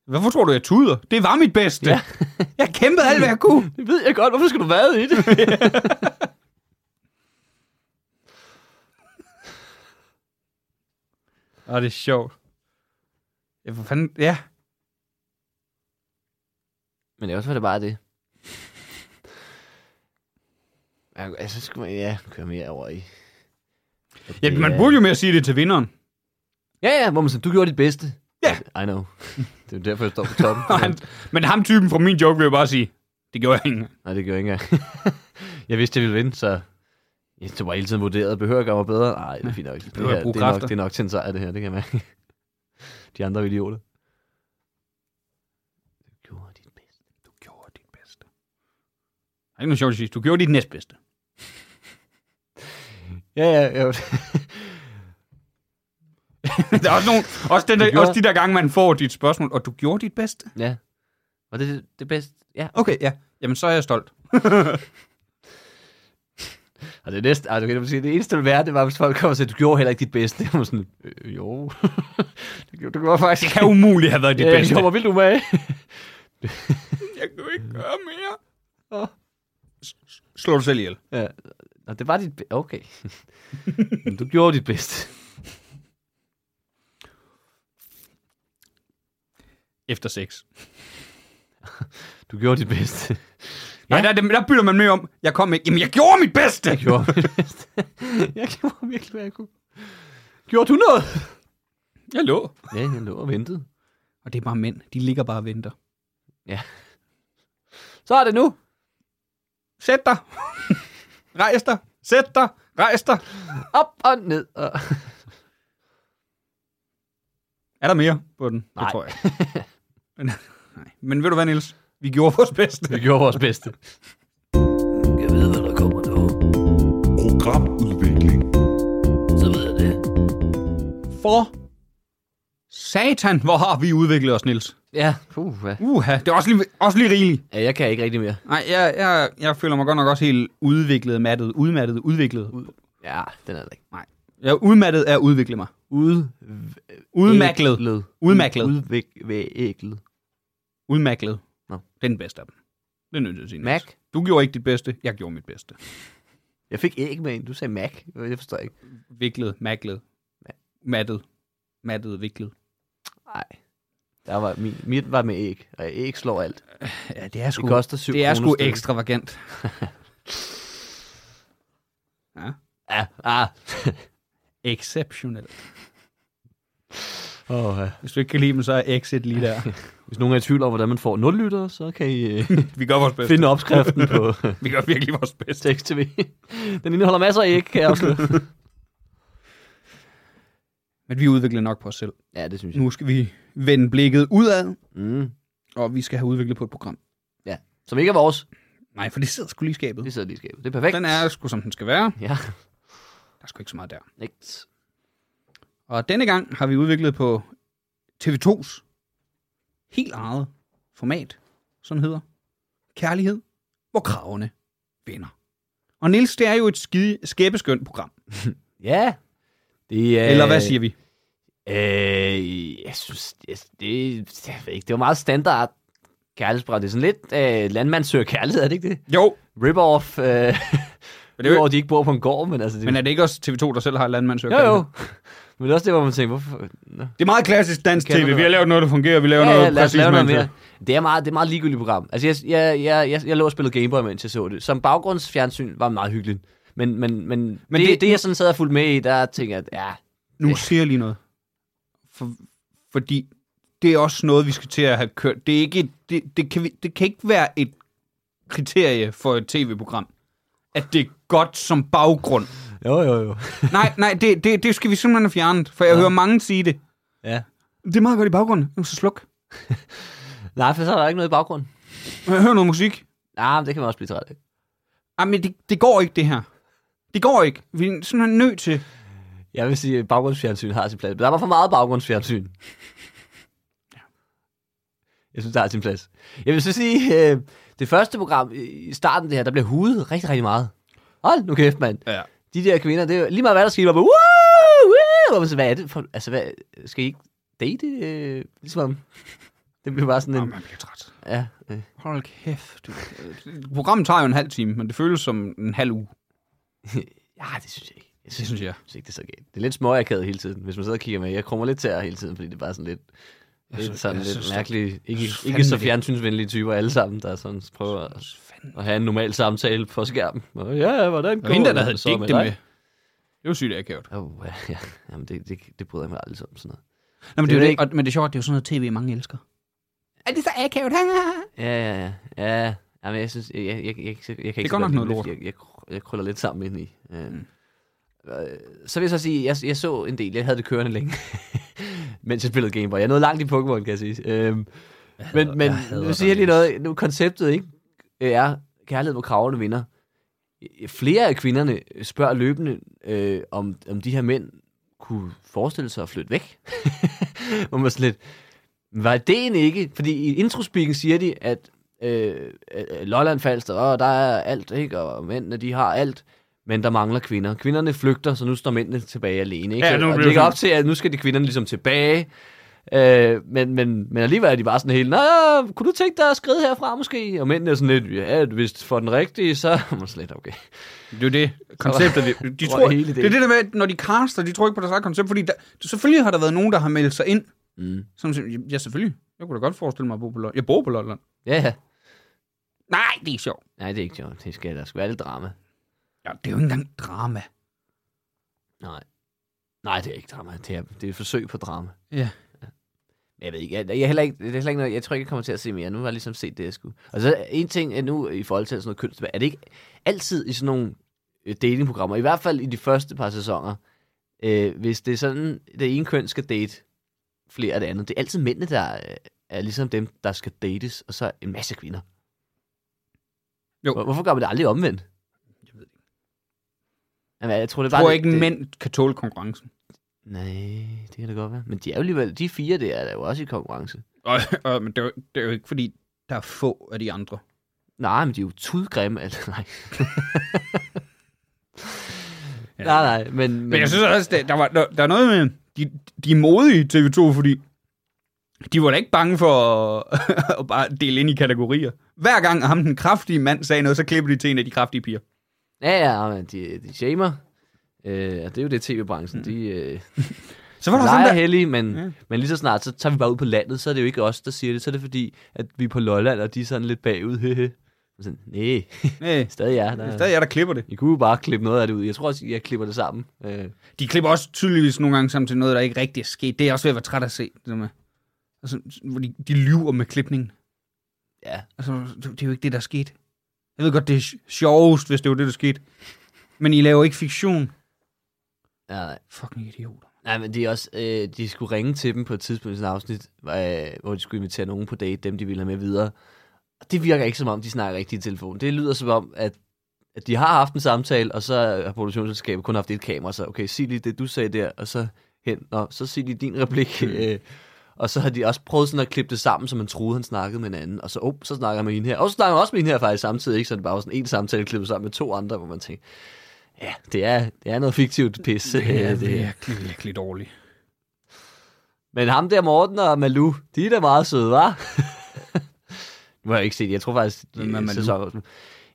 Hvorfor tror du, jeg tuder? Det var mit bedste.
Ja.
jeg kæmpede alt, hvad jeg kunne.
Det ved jeg godt. Hvorfor skal du være i det?
Åh, det er sjovt. Ja, for fanden... Ja.
Men det er også var det bare det. Ja, altså, så skulle man, ja, køre mere over i.
ja man burde jo mere sige det til vinderen.
Ja, ja, hvor man siger, du gjorde dit bedste.
Ja.
I know. det er jo derfor, jeg står på toppen.
Og han, men ham typen fra min joke vil jo bare sige, det gjorde jeg ikke.
Nej, det gjorde jeg ikke engang. jeg vidste, jeg ville vinde, så jeg det var hele tiden vurderet. Behøver jeg gøre mig bedre? Nej, det er fint nok. Det,
behøver
her,
at bruge
det, er nok,
kræfter.
det er nok til en sejr, det her. Det kan jeg mærke. De andre er idioter. Du gjorde dit bedste.
Du gjorde dit bedste. Der er ikke noget sjovt at sige. Du gjorde dit næstbedste.
Ja, ja, ja.
der er også, nogle, også, den der,
Du gjorde-
også de der gange, man får dit spørgsmål, og du gjorde dit bedste.
ja. Var det det bedste? Ja.
Okay, ja. Jamen, så er jeg stolt.
Og det næste, altså, kan man sige, det eneste, der ville være, det var, hvis folk kom og sagde, du gjorde heller ikke dit bedste. Jeg var sådan, øh, jo. det gjorde, du gjorde faktisk Øh,
Det kan umuligt have været dit
Ja, jeg
bedste.
gjorde mig vildt umage.
Jeg kunne ikke gøre mere.
Åh.
S- Slå dig selv ihjel.
Ja, og det var dit... be- Okay. Men du gjorde dit bedste.
Efter sex.
Du gjorde dit bedste.
Ja. Nej, der, er det- der bytter man med om, jeg kom ikke. Jamen, jeg gjorde mit bedste!
Jeg gjorde mit bedste. Jeg gjorde virkelig, hvad jeg kunne. Gjorde du noget?
Jeg lå.
Ja, jeg lå og ventede.
Og det er bare mænd. De ligger bare og venter.
Så er det nu.
Sæt dig. Rejs dig. Sæt dig. Rejs dig.
Op og ned. Og...
Er der mere på den?
Nej.
Det tror jeg. ikke. Men, nej. Men ved du hvad, Niels? Vi gjorde vores bedste.
Vi gjorde vores bedste.
Jeg ved, hvad der kommer nu.
Programudvikling.
Så ved jeg det.
For Satan, hvor har vi udviklet os, Nils?
Ja, puh, ja.
Uha, det er også lige, også lige rigeligt.
ja. jeg kan ikke rigtig mere.
Nej, jeg, jeg, jeg føler mig godt nok også helt udviklet, mattet, udmattet, udviklet.
Ja, den er der ikke.
Jeg er udmattet af at udvikle mig.
Ude...
Udmaklet. Udmaklet.
Udviklet.
Udmaklet.
Nå.
Det er den bedste af dem. Det er nødt til at sige. Nils.
Mac.
Du gjorde ikke dit bedste, jeg gjorde mit bedste.
Jeg fik æg med en. Du sagde Mac. Jeg forstår ikke.
Viklet, maklet, mattet, mattet, viklet.
Nej. Der var min, mit var med æg, og æg slår alt.
Ja, det er
Det koster 7
det er
kroner
sgu
stykket.
ekstravagant. ja,
Ja, ah.
exceptionelt.
Oh, ja.
Hvis du ikke kan lide dem, så er exit lige der.
Hvis nogen er i tvivl om, hvordan man får 0 lytter, så kan I øh,
Vi gør vores bedste.
finde opskriften på
Vi gør virkelig vores bedste.
Tekst TV. Den indeholder masser af æg, kan jeg afsløre.
Men vi udvikler nok på os selv.
Ja, det synes jeg.
Nu skal vi vende blikket udad,
Mm.
og vi skal have udviklet på et program.
Som ikke er vores.
Nej, for det sidder sgu lige i skabet.
Det sidder lige i skabet. Det er perfekt.
Den er sgu, som den skal være.
Ja.
Der er sgu ikke så meget der.
Nigt.
Og denne gang har vi udviklet på TV2's helt eget format, som hedder Kærlighed, hvor kravene vinder. Og Nils, det er jo et skide, skæbeskønt program.
Ja. Det er,
Eller hvad siger vi?
Øh, jeg synes, jeg, det, jeg ved ikke, det var meget standard kærlighedsprogram. Det er sådan lidt øh, landmand søger kærlighed, er det ikke det?
Jo,
Rip-off.
men,
Øh, det
det er
Udover,
jo,
at de ikke bor på en gård, men altså... Det,
men er det ikke også TV2, der selv har landmandsøger?
jo, jo. Men det er også det, hvor man tænker, hvorfor... Nå.
Det er meget klassisk dansk
Kender
tv.
det
Vi har
godt.
lavet noget, der fungerer. Vi laver
Ja, ja,
noget
lad os
præcis
lave noget
med
mere. Det er meget, det er meget ligegyldigt program. Altså, jeg, jeg, jeg, jeg, jeg lå og spillede Gameboy, mens jeg så det. Som baggrundsfjernsyn var det meget hyggeligt. Men, men, men, men det,
det-
det, jeg sådan sad og fulgte med i, der tænker jeg, at ja,
Nu siger jeg lige noget. For, fordi det er også noget, vi skal til at have kørt. Det, er ikke, det, det, kan, vi, det kan ikke være et kriterie for et tv-program, at det er godt som baggrund.
jo, jo, jo.
Nej, nej, det, det, det skal vi simpelthen have fjernet, for jeg ja. hører mange sige det.
Ja.
Det er meget godt i baggrunden. Nu så sluk.
Nej, for så er der ikke noget i baggrunden.
Jeg hører Øh, noget musik.
Nej, men det kan man også blive træt af.
Ej, men det, det går ikke, det her. Det går ikke. Vi er simpelthen nødt til...
Jeg vil sige, at baggrundsfjernsyn har sin plads. Men der var for meget baggrundsfjernsyn. Jeg synes, der har sin plads. Jeg vil så sige, øh, det første program øh, i starten det her, der blev hudet rigtig, rigtig meget. Hold nu kæft, mand.
Ja.
De der kvinder, det er jo lige meget hvad der sker, bare, woo, woo, og man så, hvad er det for, altså, hvad, skal I ikke date? Øh, ligesom, det blev bare sådan
Nå,
en,
man bliver træt.
ja, øh,
Hold kæft. Du. Programmet tager jo en halv time, men det føles som en halv uge.
ja, det synes jeg ikke. Jeg
Det
synes,
synes jeg.
jeg synes ikke, det er så galt. Det er lidt småakavet hele tiden, hvis man sidder og kigger med. Jeg krummer lidt til her hele tiden, fordi det er bare sådan lidt, lidt,
synes-
sådan
jeg synes,
lidt
det-
mærkelige, ikke,
synes
ikke så
fandme det.
fjernsynsvenlige typer alle sammen, der sådan prøver at, at have en normal samtale på skærmen. Nå, Ja, hvordan går
Og hende der, der havde
så
digte med. Det var sygt akavet.
Oh, ja, jamen det, det, det bryder jeg mig aldrig om sådan noget.
Nå, men
Det er
det,
det
det,
ikke.
ikke. Og, men det er sjovt, det er jo sådan noget tv, mange elsker. Er det så akavet?
Ja, ja, ja. ja. Jamen, jeg synes, jeg, jeg, jeg, jeg, jeg, jeg kan ikke...
godt
så
nok
lide
noget lort.
det. Jeg, jeg, jeg krøller lidt sammen ind i. Øh. Mm. Så vil jeg så sige, jeg, jeg så en del. Jeg havde det kørende længe, mens jeg spillede Game Boy. Jeg nåede langt i Pokémon, kan jeg sige. Øh. Men, men nu siger jeg lige noget. Nu, konceptet ikke Øh, er kærlighed, hvor kravene vinder. Flere af kvinderne spørger løbende, øh, om, om de her mænd kunne forestille sig at flytte væk. Hvor man sådan lidt, var det egentlig ikke? Fordi i introspeaken siger de, at øh, øh, Lolland Falster, åh, der er alt, ikke? Og mændene, de har alt. Men der mangler kvinder. Kvinderne flygter, så nu står mændene tilbage alene. Ikke?
Ja, nu
og
bliver
det ligger
det-
op til, at nu skal de kvinderne ligesom tilbage. Øh, men, men, men alligevel er de bare sådan helt, Nå, kunne du tænke dig at skride herfra måske? Og mændene er sådan lidt, ja, hvis for den rigtige, så... Man slet, okay.
Det er jo det. Konceptet, de, de
Tror
tror,
hele
det er
ideen.
det der med, at når de caster, de tror ikke på deres eget koncept, fordi der, selvfølgelig har der været nogen, der har meldt sig ind.
Mm.
Som, siger, ja, selvfølgelig. Jeg kunne da godt forestille mig at bo på Lolland. Jeg bor på Lolland.
Ja, ja.
Nej, det er sjovt.
Nej, det er ikke sjovt. Det skal, der skal være lidt drama.
Ja, det er jo ikke engang drama.
Nej. Nej, det er ikke drama. Det er, det er et forsøg på drama.
Ja.
Men Jeg ved ikke, jeg, jeg, er heller ikke, det er heller ikke noget, jeg tror ikke, jeg kommer til at se mere. Nu har jeg ligesom set det, jeg skulle. Og så en ting er nu i forhold til sådan noget kønsdebat, er det ikke altid i sådan nogle øh, datingprogrammer, i hvert fald i de første par sæsoner, øh, hvis det er sådan, det ene køn skal date flere af det andet, det er altid mændene, der øh, er ligesom dem, der skal dates, og så en masse kvinder.
Jo.
Hvor- Hvorfor gør man det aldrig omvendt?
Jeg ved det
Jamen, jeg tror, det er
Jeg
bare
tror
det-
ikke,
det,
mænd kan tåle konkurrencen.
Nej, det kan det godt være. Men de er jo alligevel, de fire der er da jo også i konkurrence.
Og, og men det, er jo, det er jo ikke, fordi der er få af de andre.
Nej, men de er jo tudgrimme. Altså, nej. ja. Nej, nej, men...
Men jeg synes også, der, der, var, der, der er noget med, de, de er modige TV2, fordi de var da ikke bange for at, at bare dele ind i kategorier. Hver gang ham den kraftige mand sagde noget, så klipper de til en af de kraftige piger.
Ja, ja, men de, de shamer. Øh, og det er jo det, tv-branchen, mm. de... Øh,
Så var der sådan
leger
der...
heldige, men,
Ja.
ja. men lige så snart, så tager vi bare ud på landet, så er det jo ikke os, der siger det. Så er det fordi, at vi er på Lolland, og de er sådan lidt bagud. Hehe. Og sådan, nej,
Nej,
stadig er
det
der.
er stadig jeg, der klipper det.
I kunne jo bare klippe noget af det ud. Jeg tror også, jeg klipper det sammen. Øh,
De klipper også tydeligvis nogle gange sammen til noget, der ikke rigtig er sket. Det er jeg også ved at være træt af at se. Det der med. Altså, hvor de, de lyver med klipningen.
ja,
Altså, det, det er jo ikke det, der er sket. Jeg ved godt, det er sj- sjovest, hvis det var det, der skete. Men I laver ikke fiktion.
ja, nej.
Fucking idioter.
Nej, men det er også, øh, de skulle ringe til dem på et tidspunkt i sådan et afsnit, øh, hvor de skulle invitere nogen på date, dem de ville have med videre. Og det virker ikke som om, de snakker rigtigt i telefonen. Det lyder som om, at, at de har haft en samtale, og så har produktionsselskabet kun haft et kamera, så okay, sig lige det, du sagde der, og så hen, og så sig lige din
Mm.
replik. Øh, og så har de også prøvet sådan at klippe det sammen, så man troede, han snakkede med en anden. Og så, oh, så snakker han med hende her. Og så snakker han også med hende her faktisk samtidig, ikke? Så det bare var sådan en samtale klippet sammen med to andre, hvor man tænker, ja, det er, det er noget fiktivt pis. øh,
Det er
her.
virkelig, virkelig dårligt.
Men ham der Morten og Malu, de er da meget søde, var. nu har jeg ikke set det. Jeg tror faktisk,
Hvem er Malou?
sæsonen-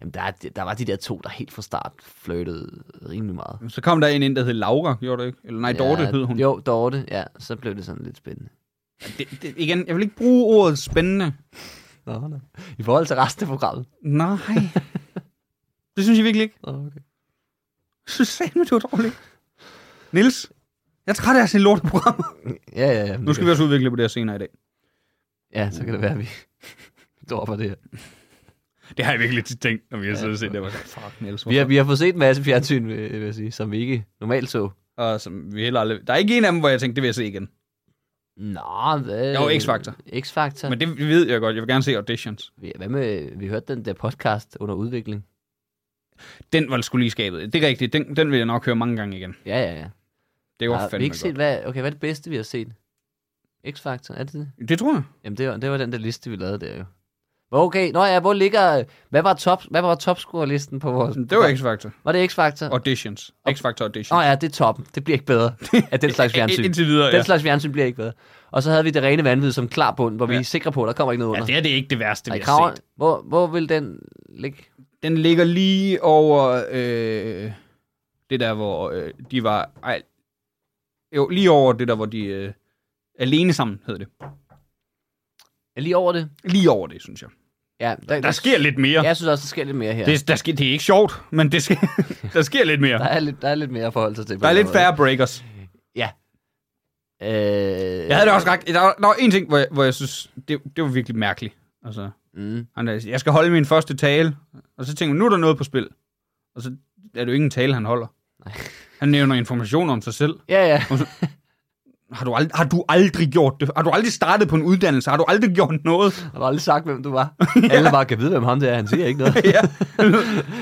Jamen, der, er- der var de der to, der helt fra start flirtede rimelig meget.
Så kom der en ind, der hed Laura, gjorde det ikke? Eller nej, Dorte
ja,
hed hun.
Jo, Dorte, ja. Så blev det sådan lidt spændende.
Det, det, igen, jeg vil ikke bruge ordet spændende.
Nå, nå. I forhold til resten af programmet.
Nej. det synes jeg virkelig ikke.
Nå, Okay.
Jeg synes sagde, det var dårligt. Nils, jeg er træt af at se lorteprogrammer.
Ja, ja, ja.
Nu skal vi også udvikle på det her senere i dag.
Ja, så kan det være, at vi dropper det her.
Det har jeg virkelig tit tænkt, når vi har siddet og set det. Var sådan, fuck, Niels.
Vi har, vi har fået set en masse fjernsyn, vil vil jeg sige, som vi ikke normalt så.
Og som vi heller aldrig... Der er ikke en af dem, hvor jeg tænkte, det vil jeg se igen.
Nå, hvad?
Jo, X-Factor.
X-Factor.
Men det ved jeg godt. Jeg vil gerne se auditions.
Hvad med, vi hørte den der podcast under udvikling.
Den var skulle lige skabet. Det er rigtigt. Den, den vil jeg nok høre mange gange igen.
Ja, ja, ja.
Det var
Har vi
fandme
ikke set,
godt.
hvad, okay, hvad er det bedste, vi har set? X-Factor, er det det?
Det tror jeg.
Jamen, det var, det var den der liste, vi lavede der jo. Hvor Okay, nå ja, hvor ligger... Hvad var, top, hvad var topscore-listen på vores...
Det var X-Factor.
Var det X-Factor?
Auditions. X-Factor auditions.
Nå ja, det er toppen. Det bliver ikke bedre af den slags
Ind-
fjernsyn.
Indtil videre, ja.
Den slags fjernsyn bliver ikke bedre. Og så havde vi det rene vanvid som klar bund, hvor vi
Ja.
er sikre på, at der kommer ikke noget
Ja,
under.
det er det ikke det værste, vi
Ej,
har
Kraveren,
set.
hvor, hvor vil den ligge?
Den ligger lige over øh, det der, hvor øh, de var... Ej, jo, lige over det der, hvor de... Øh, alene sammen hed det.
Er lige over det?
Lige over det, synes jeg.
Ja, der,
Der sker lidt mere.
Jeg synes også, der sker lidt mere her.
Det, der sker, det er ikke sjovt, men det sker, der sker lidt mere.
Der, er lidt, der er lidt mere at forholde sig til. på
Der er
den
lidt
måde.
færre breakers.
Ja. Øh, mm.
Jeg havde det også ret. Der var, der var en ting, hvor jeg, hvor jeg synes, det, det var virkelig mærkeligt. Altså,
Mm.
han der, jeg skal holde min første tale, og så tænker jeg, nu er der noget på spil. Og så er det jo ikke en tale, han holder.
Nej.
Han nævner information om sig selv.
Ja, ja.
Har du, ald- har du aldrig gjort det? Har du aldrig startet på en uddannelse? Har du aldrig gjort noget?
Har du aldrig sagt, hvem du var? Alle bare kan vide, hvem ham det er. Han siger ikke noget.
ja.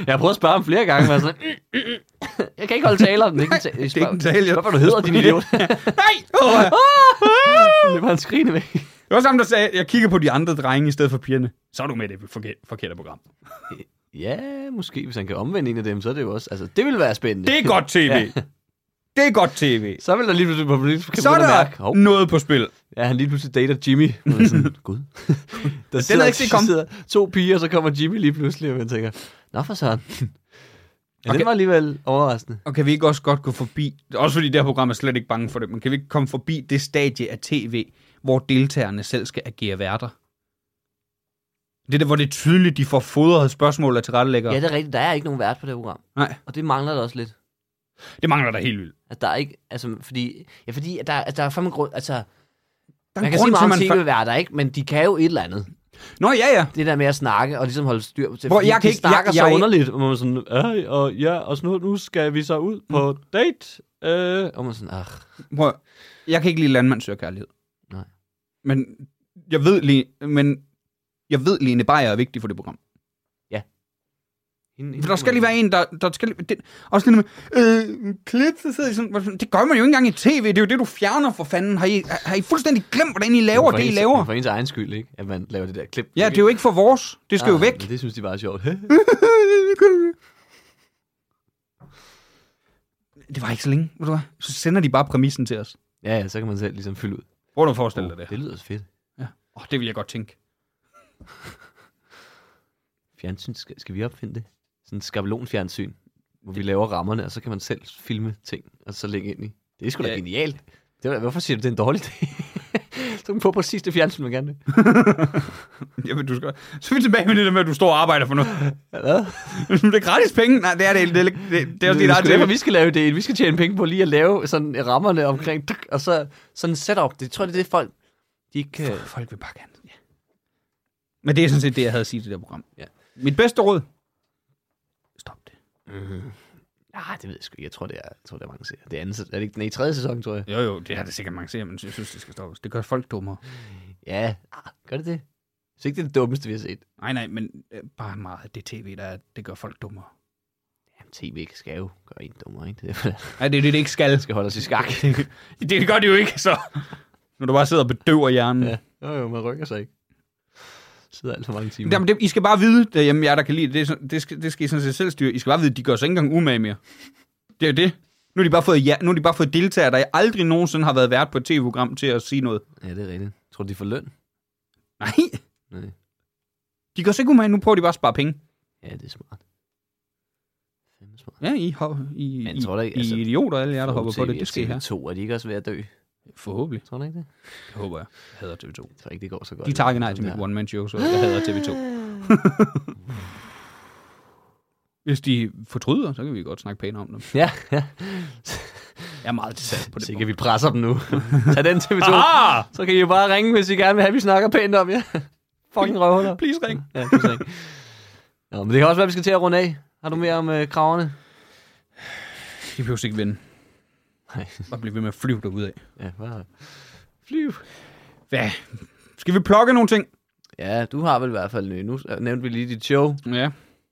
Jeg har prøvet at spørge ham flere gange, men jeg er sådan, "Mm, mm, mm." jeg kan ikke holde taler. Det er ikke en, ta-
Det er ikke en tale. Jeg...
Hvad var du hedder, din idiot?
Nej! Åh, ja.
det var en skrigende væk.
Det var sammen, der sagde, jeg kigger på de andre drenge i stedet for pigerne. Så er du med i det forkerte, forkerte program.
Ja, måske hvis han kan omvende en af dem, så er det jo også... Altså, det ville være spændende.
Det er godt tv.
Ja.
Det er godt tv.
Så vil der lige pludselig på politisk
Så er
mærke.
der
Hov,
noget på spil.
ja, han lige pludselig dater Jimmy. Og man er sådan, Gud. der sidder,
jeg ikke set komme.
sidder to piger, og så kommer Jimmy lige pludselig, og man tænker, Nå for søren. Ja, okay.
Okay.
det var alligevel overraskende.
Og kan vi ikke også godt gå forbi, også fordi det her program er slet ikke bange for det, men kan vi ikke komme forbi det stadie af tv, hvor deltagerne selv skal agere værter? Det der, hvor det er tydeligt, de får fodret spørgsmål af tilrettelæggere.
Ja,
Ja,
det er rigtigt. Der er ikke nogen vært på det her program.
Nej,
Og det mangler der også lidt.
det mangler der helt vildt.
At der er ikke, altså, fordi, ja, fordi at der, altså, der er fandme grund, altså,
Der
man kan sige meget om tv-værter, ikke? Men de kan jo et eller andet.
Nå, ja, ja.
Det der med at snakke og ligesom holde styr på det.
Hvor
fordi
jeg kan
de
ikke- jeg-
snakker
jeg er
så
ikke-
underligt, og man er sådan, "Ej, og ja, og så nu, nu skal vi så
Mm.
ud på date. Øh, og man er sådan, ah,
Prøv, at- jeg kan ikke lide landmand søger kærlighed.
Nej.
Men jeg ved lige, men jeg ved, Lene Beyer er vigtig for det program.
Hende, hende
For der skal lige være en, der, der skal lige, det, også lige med, øh, klip, så sidder I sådan, hvordan- det gør man jo ikke engang i tv, det er jo det, du fjerner for fanden. Har I, har I fuldstændig glemt, hvordan I laver
for
det, I
ens-
laver?
For ens egen skyld, ikke? At man laver det der klip. Ah,
Ja, det er jo ikke for vores, det skal jo væk.
Det synes de bare er sjovt.
Det var ikke så længe, ved du hvad? Så sender de bare præmissen til os.
ja, ja, så kan man selv ligesom fylde ud.
Prøv nu at forestille dig det.
Det lyder fedt.
Åh, det vil jeg godt tænke.
Fjernsyn, skal, skal vi opfinde det? Sådan en skabelonfjernsyn, hvor vi laver rammerne, og så kan man selv filme ting, og så længe ind i. Det er sgu da
Ja.
genialt. Det er, hvorfor siger du, det er en dårlig idé? så kan man få præcis det fjernsyn, man gerne vil.
Jamen, du skal... Så er vi tilbage med det der med, at du står og arbejder for noget.
Hvad?
det er gratis penge. Nej, det er det. Det er, det, det er også
Det
dit
er
eget
sgu derfor,
dilemma.
vi skal lave det. Vi skal tjene penge på lige at lave sådan rammerne omkring, tuk, og så sådan en setup. Det tror jeg, det er det, folk, de ikke kan...
Folk vil bare gerne. øh, Ja. Men det er sådan set det, jeg havde at sige til det her program.
Ja.
Mit bedste råd. Stop det.
Nej, Ah, det ved jeg sgu ikke. Jeg tror, det er, jeg tror, det er mange serier. Det er, anden, sæson- er det ikke den er i tredje sæson, tror jeg?
Jo, jo, det har det sikkert mange ser, men jeg synes, det skal stoppes. Det gør folk dummere.
Ja, ah, gør det det? Så ikke det er det dummeste, vi har set.
Nej, nej, men øh, bare meget af det tv, der er, det gør folk dummere.
Jamen, tv skal jo gøre en dummere, ikke? Det er derfor, der
Ja, det er det, det ikke skal.
skal holde os i skak.
Det gør det jo ikke, så. Når du bare sidder og bedøver hjernen. Ja.
ja, jo, jo, man rykker sig ikke. Sidder alt for mange timer.
Jamen, det, I skal bare vide, derhjemme, jer der kan lide det, det, er sådan- det, skal, det skal I sådan set selv styre. I skal bare vide, at de gør sig ikke engang umage mere. Det er jo det. Nu har de bare fået, ja, nu har de bare fået deltagere, der aldrig nogensinde har været vært på et tv-program til at sige noget.
Ja, det er rigtigt. Tror du, de får løn?
Nej.
Nej.
De gør sig ikke umage, nu prøver de bare at spare penge.
Ja, det er smart. Fandme smart.
Ja, I, hop, I,
Men
I,
tror du ikke,
I
altså,
er idioter, alle jer, der hopper på det. Det skal her.
To, er de ikke også ved at dø?
Forhåbentlig.
Tror du ikke det?
Det håber jeg. Jeg hader TV2.
Jeg tror ikke, det går så godt.
De tager ikke nej til
Som
mit
det her.
one-man-show, så jeg hader TV2. Hvis de fortryder, så kan vi godt snakke pænt om dem.
Ja, ja.
Jeg er meget sat på det.
Så
punkt.
kan vi presser dem nu. Tag den TV2.
Ah!
Så kan I jo bare ringe, hvis I gerne vil have, at vi snakker pænt om jer. Fucking røvhuller.
Please ring.
Ja, det er ikke. Nå, men det kan også være, at vi skal til at runde af. Har du mere om øh, kraverne?
De behøver ikke vinde.
Nej.
Bare blive ved med at flyve derude af.
Ja, bare flyv.
Hvad? Skal vi plukke nogle ting?
Ja, du har vel i hvert fald ny. Nu øh, nævnte vi lige dit show.
Ja,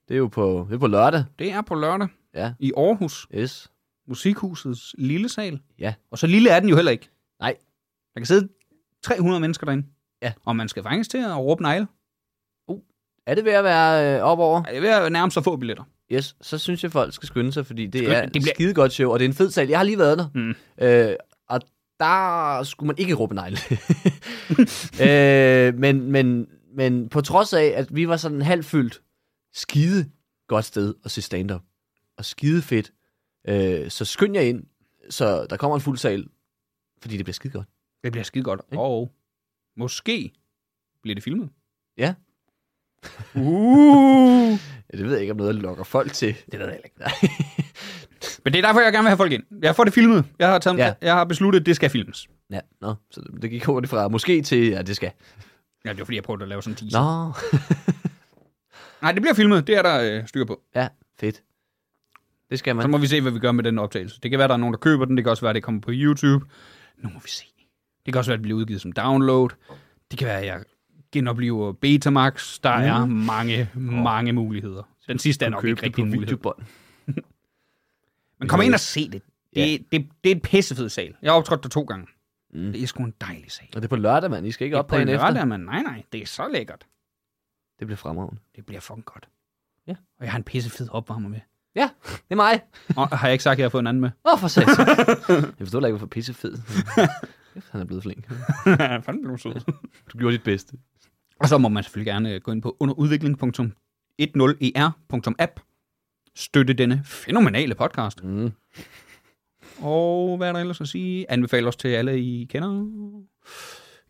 Det er jo på, det er på lørdag.
det er på lørdag
Ja,
i Aarhus.
yes.
Musikhusets lille sal.
Ja.
Og så lille er den jo heller ikke.
Nej.
Der kan sidde 300 mennesker derinde.
Ja.
Og man skal faktisk til at råbe negle.
Er det ved at være øh, op over?
Ej, Det er ved at nærme sig få billetter.
Yes, så synes jeg, folk skal skynde sig, fordi det
Skynd-
er
det bliver-
det bliver... skide godt show, og det er en fed sal. Jeg har lige været der.
Mm.
Øh, og der skulle man ikke råbe negle. øh, men, men, men på trods af, at vi var sådan halvfyldt, skide godt sted at se stand-up. Og skide fedt. Øh, så skynd jer ind, så der kommer en fuld sal, fordi det bliver skide godt.
Det bliver skide godt.
Ikke?
Og måske bliver det filmet.
Ja.
uh.
Ja, det ved jeg ikke, om noget lokker folk til. Det ved jeg ikke.
Men det er derfor, jeg gerne vil have folk ind. Jeg får det filmet. Jeg har, taget, ja.
Ja.
jeg har besluttet, at det skal filmes.
ja, nå, så det gik hurtigt fra måske til, ja, det skal.
Ja, det var fordi, jeg prøvede at lave sådan en teaser.
Nå,
Nej, det bliver filmet. Det er der øh, styr på.
ja, fedt. Det skal
Så
man.
må vi se, hvad vi gør med den optagelse. Det kan være, der er nogen, der køber den. Det kan også være, det kommer på YouTube. Nu må vi se. Det kan også være, det bliver udgivet som download. Det kan være, at jeg genoplever Betamax. Der mm. er mange, mange muligheder. Den sidste er nok ikke rigtig en mulighed.
videobånd.
Men kom ind og se det. Det, ja. det, det er et pissefed sal. Jeg har optrådt der to gange. Mm. Det er sgu en dejlig sal.
Og det er på lørdag, mand. I skal ikke op dagen
Det er på
efter.
lørdag, mand. Nej, nej. Det er så lækkert.
Det bliver fremragende.
Det bliver fucking godt.
Ja.
Og jeg har en pissefed opvarmer med.
Ja, det er mig.
Og har jeg ikke sagt, at jeg har fået en anden med?
Åh, oh, for sat. Jeg forstår da ikke, hvorfor pisse fed. Kæft, Han er blevet flink.
Fanden blev sød.
Du gjorde dit bedste.
Og så må man selvfølgelig gerne gå ind på e underudvikling.10er.app. Støtte denne fænomenale podcast.
Mm.
Og hvad er der ellers at sige? Anbefal os til alle, I kender.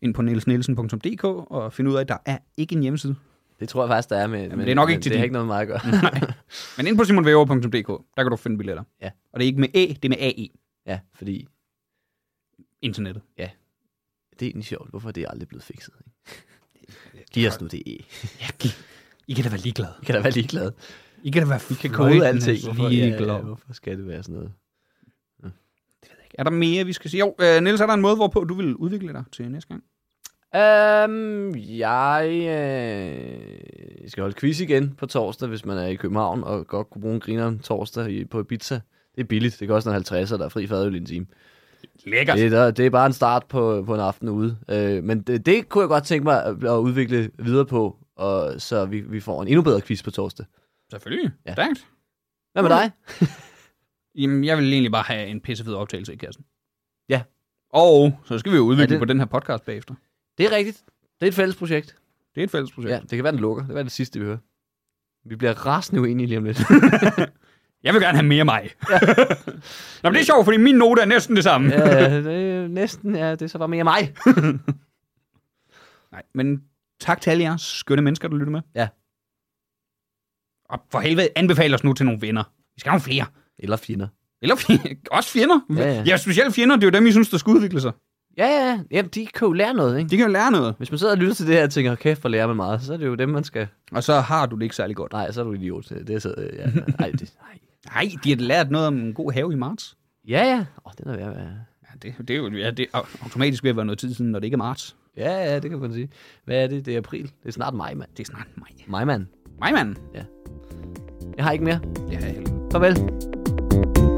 Ind på nielsnielsen.dk og finde ud af, at der er ikke en hjemmeside.
Det tror jeg faktisk, der er med.
det er nok ikke
men
til
Det
din.
har ikke noget med mig at gøre.
Men ind på simonvæver.dk, der kan du finde billetter.
Ja.
Og det er ikke med E, det er med AE.
ja, fordi
Internettet.
det er egentlig sjovt. Hvorfor er det aldrig blevet fikset? Ikke? Giv os nu det E.
Ja, I kan da være ligeglade.
Vi kan da være ligeglade.
I kan da være Vi kan
Kode alting. Hvorfor, ja,
Ligeglade.
ja, hvorfor skal det være sådan noget?
Er der mere, vi skal sige? Jo, øh, Niels, er der en måde, hvorpå du vil udvikle dig til næste gang?
Øhm, jeg øh, skal holde quiz igen på torsdag, hvis man er i København og godt kunne bruge en griner om torsdag i, på Ibiza. Det er billigt. Det koster en 50'er, der er fri fadøl i en time.
Lækkert.
Det, er der, det er bare en start på, på en aften ude. Øh, men det, det kunne jeg godt tænke mig at, at udvikle videre på, og så vi, vi får en endnu bedre quiz på torsdag.
Selvfølgelig.
Ja.
Ja. Stærkt.
Hvad med dig?
Jamen, jeg vil egentlig bare have en pissefed optagelse i kassen.
Ja.
Og så skal vi jo udvikle
Er det-
på den her podcast bagefter.
Det er rigtigt. Det er et fælles projekt.
Det er et fælles projekt.
Ja,
Ja.
det kan være, den lukker. Det kan være det sidste, vi hører. Vi bliver rasende uenige lige om lidt.
Jeg vil gerne have mere mig. Ja. Nå, men det er sjovt, fordi min note er næsten det samme. Ja.
ja, det er næsten. Ja, det er så bare mere mig.
Nej, men tak til alle jer skønne mennesker, der lytter med.
Ja.
Og for helvede, anbefal os nu til nogle venner. Vi skal have nogle flere.
Eller fjender.
Eller fjender. også fjender.
Ja, ja.
ja, specielt fjender, det er jo dem, I synes, der skal udvikle sig.
Ja, ja, ja. Jamen, de kan jo lære noget, ikke?
De kan jo lære noget.
Hvis man sidder og lytter til det her og tænker, kæft, hvor lærer man meget, så er det jo dem, man skal...
Og så har du det ikke særlig godt.
Nej, så er du idiot. Det er så... Ja, nej, det, nej.
Nej, de har lært noget om en god have i marts.
ja, ja. Åh, oh, den er ved at være...
Ja, det, det er jo ja, det er au- automatisk ved at være noget tid siden, når det ikke er marts.
Ja, ja, det kan man sige. Hvad er det? Det er april. Det er snart maj, mand.
Det er snart maj.
Maj, mand.
Maj, mand.
Jeg har ikke mere.
Det har jeg heller ikke.
Farvel.